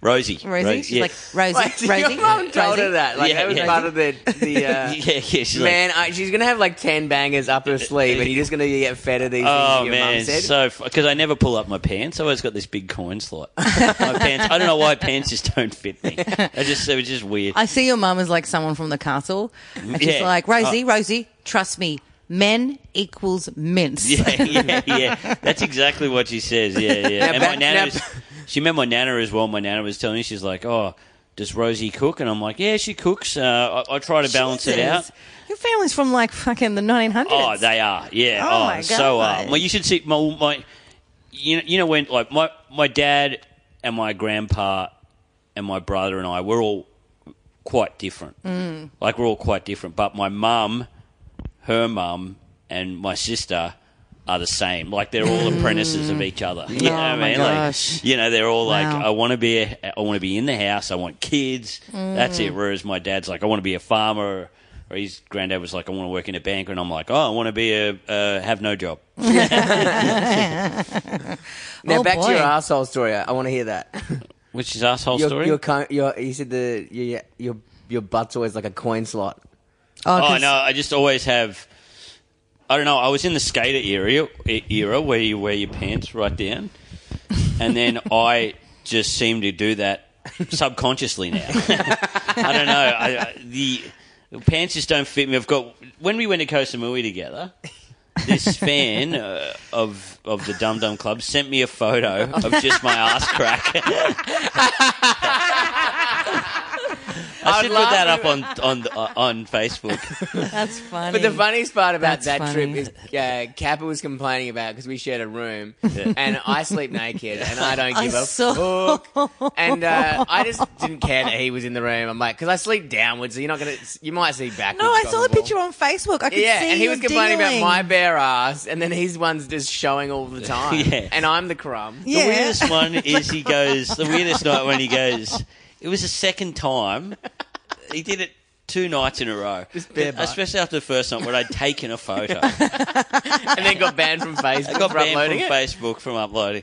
C: Rosie,
A: Rosie?
C: Ro-
A: She's
C: yeah.
A: like, Rosie,
B: Wait,
A: Rosie.
B: your mum told her
A: Rosie.
B: that. Like,
C: Yeah,
B: that was
C: yeah.
B: part of *laughs* the. the uh,
C: *laughs* yeah, yeah, she's like,
B: man, I, she's going to have like 10 bangers up her sleeve and you're just going to get fed of these things that
C: Oh
B: your
C: man,
B: mum said.
C: so because I never pull up my pants, I always got this big
A: *laughs*
C: coin slot. my pants, I don't know why pants just don't fit me. I just it was just weird.
A: I see your mum as like someone from the castle. And she's
C: Yeah. Uh,
A: like, Rosie, Rosie, trust me. Men equals mints.
C: *laughs* Yeah, yeah, yeah. That's exactly what she says. Yeah, yeah. And my
B: back-
C: nana,
B: now-
C: was, *laughs* she met my nana as well. My nana was telling me she's like, "Oh, does Rosie cook?" And I'm like, "Yeah, she cooks. Uh, I, I try to balance it out."
A: Jesus. Your family's from like fucking the 1900s.
C: Oh, they are. Yeah.
A: Oh,
C: Oh,
A: my
C: so are.
A: God.
C: Well, you should see my, my you know, you know when like my my dad and my grandpa and my brother and I we're all quite different. Mm. Like we're all quite different, but my mum, her mum, and my sister. Are the same, like they're all apprentices of each other. You know what
A: Mm. Oh,
C: I
A: my
C: mean?
A: gosh.
C: Like, you know, they're all like,
A: Wow.
C: "I want to be, a, I want to be in the house. I want kids. That's
B: Mm.
C: it." Whereas my dad's like, "I want to be a farmer," or his granddad was like, "I want to work in a bank," and I'm like, "Oh, I want to be a uh, have no job."
B: Mm. now,
A: Oh,
B: back
A: boy.
B: to your asshole story. I want to hear *laughs* that.
C: Which is asshole
B: Your,
C: story.
B: Your, co- your, you said the, your, your, your butt's always like a coin slot.
A: Oh,
C: oh
A: 'cause-
C: no, I just always have I don't know. I was in the skater era, era where you wear your pants right down, and then I just seem to do that subconsciously now. *laughs* I don't know. I, I- the pants just don't fit me. I've got when we went to Koh Samui together. This fan uh, of of the Dum Dum Club sent me a photo of just my ass crack. I should put
B: laugh
C: that
B: if-
C: up on on the- on Facebook.
A: That's funny.
B: But the funniest part about
A: That's
B: that trip
A: funny.
B: is uh, Kappa was complaining about because we shared a room, and I sleep naked, and I don't
A: *laughs* I
B: give a
A: saw-
B: fuck. And uh, I
A: *laughs*
B: just didn't care that he was in the room. I'm like, because I sleep downwards, so you're not gonna, you might see backwards.
A: No, I saw
B: on
A: the
B: wall.
A: picture on Facebook. I could
B: Yeah,
A: see
B: and he
A: you
B: was complaining
A: dealing.
B: about my bare ass, and then his one's just showing all
A: *laughs*
B: the time,
C: Yeah.
B: and I'm the crumb.
A: Yeah.
C: The
A: *laughs*
C: weirdest one is he goes. The weirdest night when he goes. It was the second time. He did it two nights in a row.
B: bare butt.
C: Especially after the first night when I'd taken a photo.
B: and then got
A: *laughs*
B: banned from Facebook
C: I got
B: for
C: banned
B: uploading it.
C: from Facebook from uploading.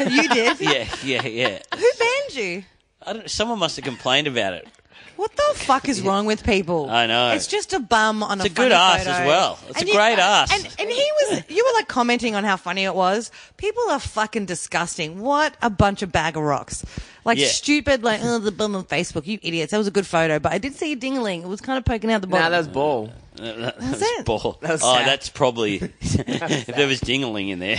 A: You did.
C: Yeah, yeah, yeah.
A: Who banned you?
C: I don't, someone must have complained about it.
A: What the fuck is wrong with people?
C: I know.
A: It's just a bum on
C: It's
A: a.
C: a good
A: funny
C: ass
A: photo.
C: as well. It's
A: And
C: a great ass.
A: And, and he was. You were like commenting on how funny it was. People are fucking disgusting. What a bunch of bag of rocks. Like
C: Yeah.
A: stupid. Like oh, the bum on Facebook. You idiots. That was a good photo, but I did see a dingling. It was kind of poking out the
B: Now
A: bottom.
B: that was ball.
C: That, that
A: Was
C: was
A: it?
C: ball.
B: That was
C: oh,
B: sad.
C: that's probably *laughs* if there was dingling
B: *laughs*
C: in there.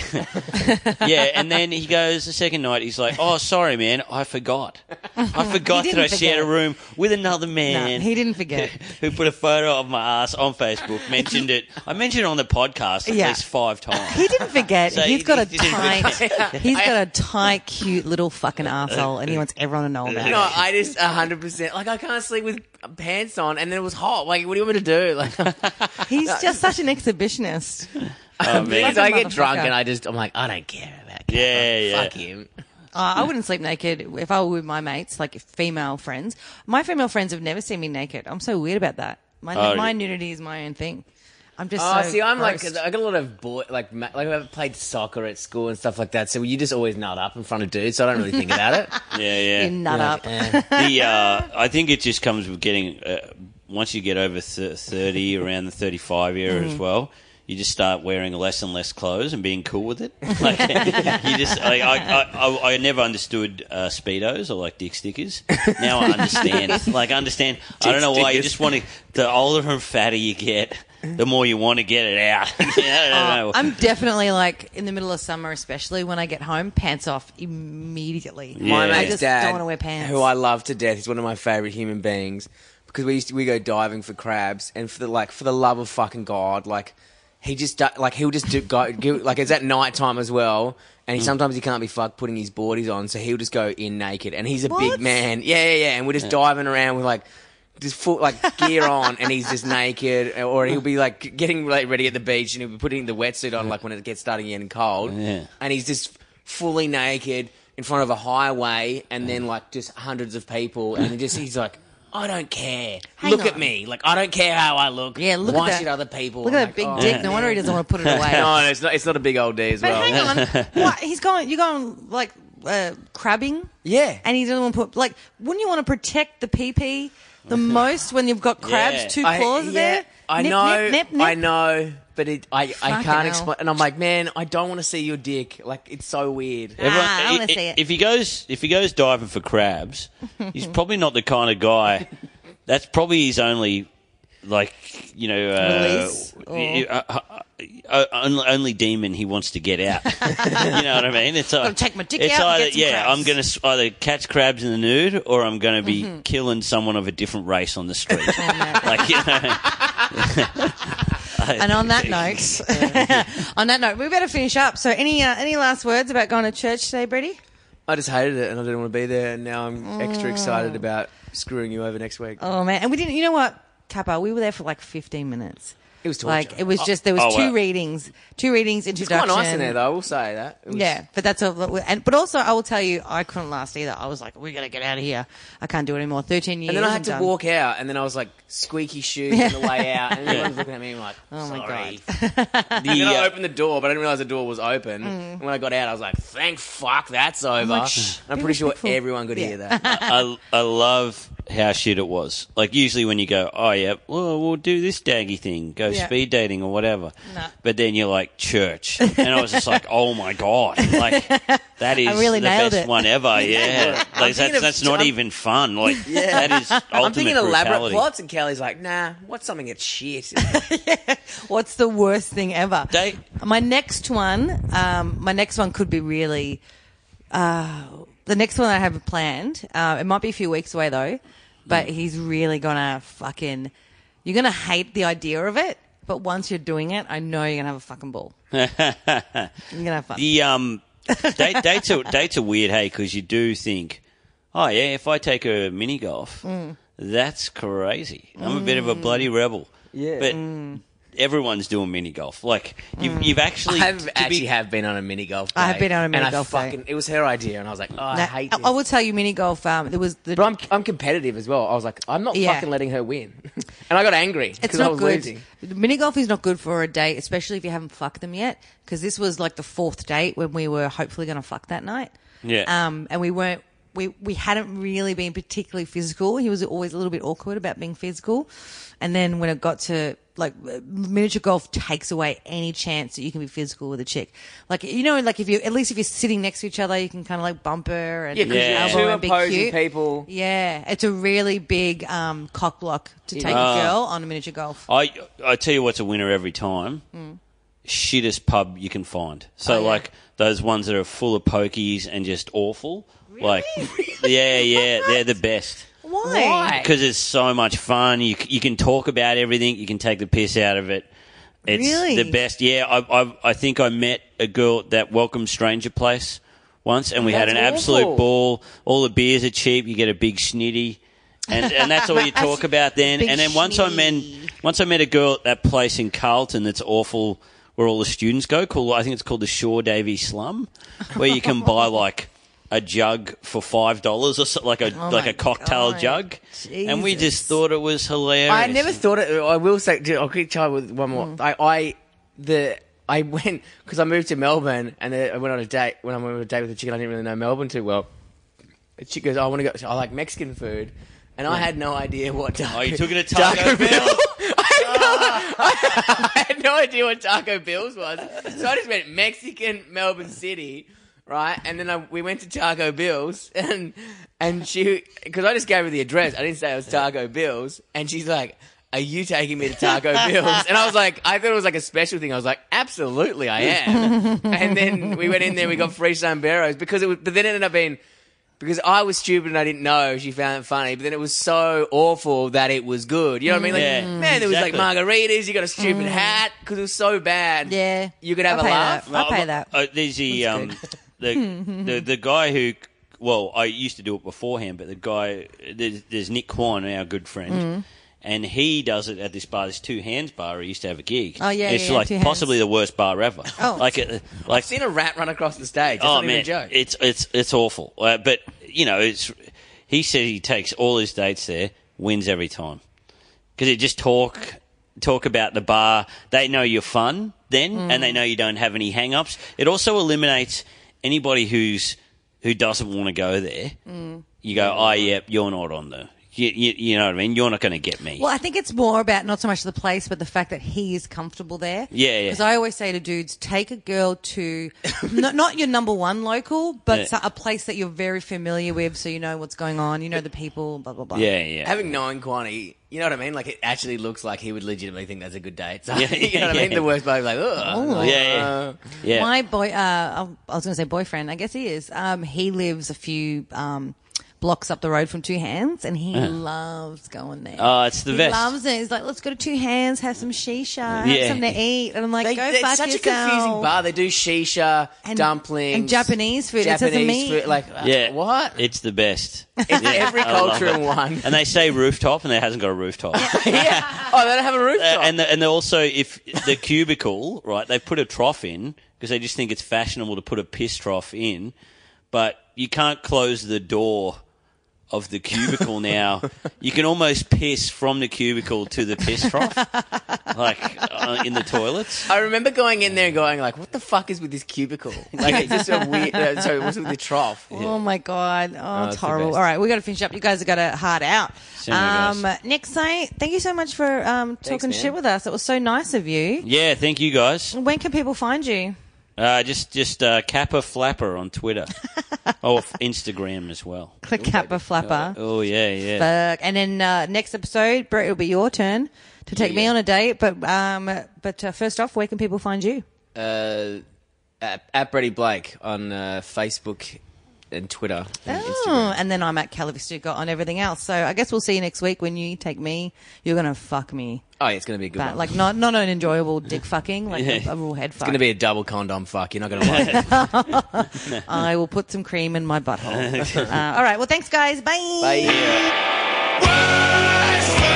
C: yeah, and then he goes the second night. He's like, "Oh, sorry, man, I forgot.
A: *laughs*
C: I forgot that
A: didn't
C: I shared a
A: forget.
C: room with another man."
A: he didn't
C: *laughs*
A: forget.
C: who put a photo of my ass on Facebook. Mentioned it. I mentioned it on the podcast at
A: Yeah.
C: least
A: *laughs*
C: five
A: He
C: times.
A: didn't forget.
C: So
A: he's
C: he-
A: got a
C: he didn't *laughs*
A: tight. He's got a tight, cute little fucking asshole, and he wants everyone to know about
B: No,
A: it.
B: I just hundred percent. Like I can't sleep with pants on, and then it was hot. Like, what do you want me to do? *laughs* Like,
A: He's just such an exhibitionist.
C: Oh,
B: because
C: man.
B: I get drunk
A: motherfucker.
B: and I just, I'm like, "Oh, I don't care about. Kappa.
C: Yeah, yeah.
B: Fuck him.
A: Uh, I wouldn't sleep naked if I were with my mates, like female friends. My female friends have never seen me naked. I'm so weird about that. My,
C: Oh,
A: my
C: yeah.
A: nudity is my own thing. I'm just.
B: Oh,
A: so
B: see, I'm like,
A: grossed.
B: I got a lot of boy, like, ma- like I played soccer at school and stuff like that. So you just always nut up in front of dudes. So I don't really think about *laughs* it.
C: yeah, yeah.
A: You nut up.
C: the uh, I think it just comes with getting uh, once you get over th- thirty, around the thirty-five era as well. You just start wearing less and less clothes and being cool with it. *laughs* Like, you just like, I, I, I, I never understood uh, speedos or like dick stickers. Now I understand. like I understand. I don't know why you
B: stickers.
C: just want to. The older and fatter you get, the more you want to get it out. *laughs* yeah, *laughs* I don't know.
A: I'm definitely like in the middle of summer, especially when I get home, pants off immediately.
B: My
C: Yeah.
B: mate's
A: I just
B: dad,
A: don't want to wear pants.
B: who I love to death, he's one of my favorite human beings because we used to, we go diving for crabs and for the like for the love of fucking god, like he just do- like he'll just do go give, like it's at night time as well. And he, sometimes he can't be fucked putting his boardies on, so he'll just go in naked. And he's a
A: What?
B: big man, yeah, yeah, yeah. And we're just diving around with like just full like gear on, and he's just naked. Or he'll be like getting like ready at the beach, and he'll be putting the wetsuit on like when it gets starting getting cold.
C: Yeah.
B: And he's just fully naked in front of a highway and then like just hundreds of people and he just he's like I don't care.
A: Hang
B: look
A: on.
B: at me. Like I don't care how I look.
A: Yeah, look at
B: Why
A: that-
B: should other people
A: Look
B: I'm
A: at that
B: like,
A: big
B: "Oh."
A: dick. No wonder he doesn't want to put it
B: *laughs*
A: away.
B: No, it's not it's not a big old D as
A: But
B: well.
A: hang on, what, he's going. You're going like uh, crabbing.
B: Yeah.
A: and he doesn't want to put like. Wouldn't you want to protect the PP
B: *laughs*
A: the most when you've got crabs
C: Yeah.
A: two
B: I-
A: claws
B: yeah,
A: there?
B: I
A: Nip,
B: know,
A: nip, nip, nip.
B: I know, but it, I, I
A: Fucking
B: can't
A: hell.
B: explain. And I'm like, man, I don't want to see your dick. Like, it's so weird.
A: Everyone- Ah, I
C: i-
A: wanna
C: i-
A: see it.
C: If he goes, if he goes diving for crabs,
A: *laughs*
C: he's probably not the kind of guy. That's probably his only, like you know, uh,
A: Release or-
C: y- uh, uh, uh, only demon he wants to get
A: *laughs*
C: out. you know what I mean? It's like,
A: take my dick
C: it's
A: out and
C: either
A: get some
C: yeah,
A: crabs. Mm-hmm.
C: I'm going to either catch crabs in the nude or I'm going to be killing someone of a different race on
A: *laughs*
C: the street. like you know.
A: uh,
C: *laughs*
A: and on that
B: *laughs*
A: note, *laughs* on that note, we better finish up. So, any uh, any last words about going to church today, Brady?
B: I just hated it and I didn't want to be there. And now I'm extra excited about screwing you over next week.
A: Mm. Oh man, and we didn't. You know what, Kappa? We were there for like 15 minutes.
B: It was torture.
A: Like it was just there was
C: Oh,
A: two
C: wow.
A: readings, two readings,
B: it's
A: introduction.
B: quite nice in there, though. I will say that. It was-
A: Yeah, but that's all. And but also, I will tell you, I couldn't last either. I was like, we gotta get out of here. I can't do it anymore. Thirteen years.
B: And then I
A: I'm
B: had to
A: done.
B: walk out, and then I was like squeaky shoes on the way out, and everyone's looking at
A: *laughs*
B: me like, "Oh
A: my
B: Sorry.
A: *laughs*
C: The,
B: And then
C: uh,
B: I opened the door, but I didn't realize the door was open.
A: Mm.
B: And when I got out, I was like, "Thank fuck, that's over."
A: shh,
B: And I'm
A: be
B: pretty sure
A: respectful. *laughs*
B: everyone could
A: Yeah.
B: hear that.
C: I, I love how shit it was. Like usually when you go, oh yeah, well we'll do this daggy thing, go
A: Yeah.
C: speed dating or whatever.
A: Nah.
C: But then you're like church, and I was just like, oh my god, like
A: *laughs*
C: that is
A: really
C: the
A: nailed
C: best
A: it.
C: one
A: *laughs*
C: ever. Yeah, like
B: thinking
C: that's,
B: of-
C: that's not
B: I'm-
C: even fun. Like
A: *laughs*
C: that is ultimate
B: I'm thinking elaborate
C: brutality.
B: plots, and Kelly's like, "Nah, what's something that's shit?"
A: What's the worst thing ever?
C: They-
A: my next one, um, my next one could be really. Uh, the next one I have planned, uh, it might be a few weeks away though, but he's really gonna fucking. You're gonna hate the idea of it, but once you're doing it, I know you're gonna have a fucking ball. you're gonna have fun.
C: The um, date, dates are dates are weird, hey, because you do think, oh yeah, if I take a mini golf,
B: Mm.
C: that's crazy. I'm a bit of a bloody rebel.
B: Yeah. Mm.
C: but everyone's doing mini golf. Like you've you've actually,
B: I've
C: to be-
B: actually have been on a mini golf.
A: I have
B: day,
A: been on a mini
B: and
A: golf day.
B: I fucking, It was her idea, and I was like, "Oh, I
A: Now,
B: hate
A: I,
B: this."
A: I will tell you, mini golf. Um, there was the
B: but I'm I'm competitive as well. I was like, "I'm not
A: Yeah.
B: fucking letting her win," *laughs* and I got angry
A: It's
B: because I
A: not
B: was
A: good.
B: losing.
A: Mini golf is not good for a date, especially if you haven't fucked them yet. Because this was like the fourth date when we were hopefully going to fuck that night.
C: Yeah.
A: Um, and we weren't. We we hadn't really been particularly physical. He was always a little bit awkward about being physical. And then when it got to like miniature golf takes away any chance that you can be physical with a chick. Like you know, like if you at least if you're sitting next to each other, you can kind of like bump her and
B: Yeah, because
C: Yeah.
A: elbow
B: you're two
A: and be
B: opposing
A: cute.
B: people.
A: Yeah, it's a really big um, cock block to take a girl on a miniature golf.
C: I I tell you what's a winner every time.
B: Mm.
C: Shittest pub you can find. So
A: Oh, yeah.
C: like those ones that are full of pokies and just awful.
B: *laughs*
C: Like, yeah, yeah, they're the best.
A: Why?
C: because it's so much fun. You c- you can talk about everything. You can take the piss out of it. It's
A: Really?
C: the best. Yeah, I, I I think I met a girl at that Welcome Stranger place once, and we had an
B: That's
C: absolute
B: awful.
C: ball. All the beers are cheap. You get a big schnitty, and and that's
A: *laughs*
C: all you talk about then.
A: Big
C: And then once I met
A: schnitty.
C: once I met a girl at that place in Carlton that's awful. Where all the students go, called I think it's called the Shore Davy Slum, where you can buy like a jug for five dollars or so, like a
A: Oh
C: like
A: my
C: a cocktail
A: God.
C: jug. And we just
A: Jesus.
C: thought it was hilarious.
B: I never thought it. I will say, I'll quick try with one more. I, I, the, I went because I moved to Melbourne and then I went on a date. When I went on a date with a chick, and I didn't really know Melbourne too well. The chick goes, "Oh, "I want to go. I like Mexican food." And I had no idea what Taco.
C: Oh, you took it to Taco Bell?
B: *laughs* I had no idea what Taco Bill's was, so I just went Mexican Melbourne City, right? And then I, we went to Taco Bill's, *laughs* and and she because I just gave her the address. I didn't say it was Taco Bill's, and she's like. Are you taking me to Taco Bill's? And I was like, I thought it was like a special thing. I was like, absolutely, I am. and then we went in there,
A: *laughs*
B: we got free Samberos because it was, but then it ended up being because I was stupid and I didn't know. She found it funny, but then it was so awful that it was good. You know what I mean? Like,
C: Yeah,
A: Mm.
B: man, there was like
C: exactly.
B: margaritas. You got a stupid hat because it was so bad.
A: Yeah.
B: you could have
A: I'll
B: a
A: pay *laughs*
B: laugh.
A: I'll pay that.
C: Uh, there's the, um,
A: *laughs*
C: the, the the guy who, well, I used to do it beforehand, but the guy there's, there's Nick Kwan, our good friend,
A: Mm.
C: and he does it at this bar, this Two Hands bar. He used to have a gig.
A: Oh, yeah,
C: it's
A: yeah, yeah,
C: like
A: Two Hands.
C: possibly the worst bar ever.
A: Oh.
C: like it, like
B: I've seen a rat run across the stage. That's
C: oh
B: not
C: man,
B: even a joke.
C: it's it's it's awful. Uh, but you know, it's he says he takes all his dates there, wins every time because they just talk talk about the bar. They know you're fun then, and they know you don't have any hang-ups. It also eliminates anybody who's who doesn't want to go there.
A: Mm.
C: You go, oh yep, you're not on the. You, you, you know what I mean? You're not going to get me.
A: Well, I think it's more about not so much the place, but the fact that he is comfortable there.
C: Yeah, yeah.
A: Because I always say to dudes, take a girl
C: *laughs*
A: to not, not your number one local, but
C: Yeah.
A: so- a place that you're very familiar with, so you know what's going on, you know the people, blah blah blah.
C: Yeah, yeah.
B: Having known Kwani, you know what I mean? Like it actually looks like he would legitimately think that's a good date. *laughs* So,
C: Yeah,
B: you know what
C: yeah,
B: I mean?
C: yeah.
B: The worst part, like, oh,
C: yeah, yeah, yeah.
A: My boy, uh, I was going to say boyfriend. I guess he is. Um, he lives a few um, blocks up the road from Two Hands, and he loves going there.
C: Uh-huh. Oh, it's the
A: he
C: best.
A: loves it. He's like, let's go to Two Hands, have some shisha, have
C: Yeah.
A: something to eat, and I'm like,
B: They,
A: go
B: it's
A: fuck
B: such
A: yourself.
B: a confusing bar. They do shisha,
A: And-
B: dumplings,
A: and Japanese food. It doesn't
B: Japanese
A: mean-
B: food. Like, uh,
C: yeah,
B: what?
C: It's
A: *laughs*
C: the best.
B: It's every
C: I love
B: culture
C: it.
B: in one.
C: And they say rooftop, and it hasn't got
A: *laughs*
C: a rooftop.
B: yeah. *laughs* Oh, they don't have a rooftop.
C: Uh, and the, and they're also if the cubicle right they put a trough in because they just think it's fashionable to put a piss trough in but you can't close the door of the cubicle now you can almost piss from the cubicle to the piss trough like uh, in the toilets.
B: I remember going in there and going like, "What the fuck is with this *laughs* cubicle? Like, it's just a weird. Uh, sorry, what's with the trough?
A: Oh my god! Oh,
B: it's
A: it's
B: the
A: horrible.
B: best.
A: All right, we got to finish up. You guys have got to hard out.
C: Send it,
A: Um, Nick Saint, thank you so much for um, talking
B: man.
A: shit with us. It was so nice of you.
C: Yeah, thank you guys.
A: When can people find you?
C: Uh, just just uh, Kappa Flapper on Twitter or f- Instagram as well.
A: Click
B: Uh,
A: Kappa Flapper.
C: Oh yeah, yeah.
A: Fuck. And then uh, next episode, Brett, it'll be your turn to take me
B: yeah.
A: on a date. But um, but uh, first off, where can people find you?
B: Uh, at, at Brady Blake on uh, Facebook and Twitter. And Instagram.
A: Oh, and then I'm at Calavistuca on everything else. So I guess we'll see you next week when you take me. You're gonna fuck me,
B: Oh, yeah, it's gonna be a good
A: but
B: one.
A: like not not an enjoyable dick fucking, like a,
C: Yeah.
A: a real head fuck.
B: it's gonna be a double condom fuck. You're
A: *laughs*
B: not gonna like it.
A: I will put some cream in my
B: *laughs*
A: butthole. uh, all right. Well, thanks, guys. Bye.
B: Bye.
D: Wise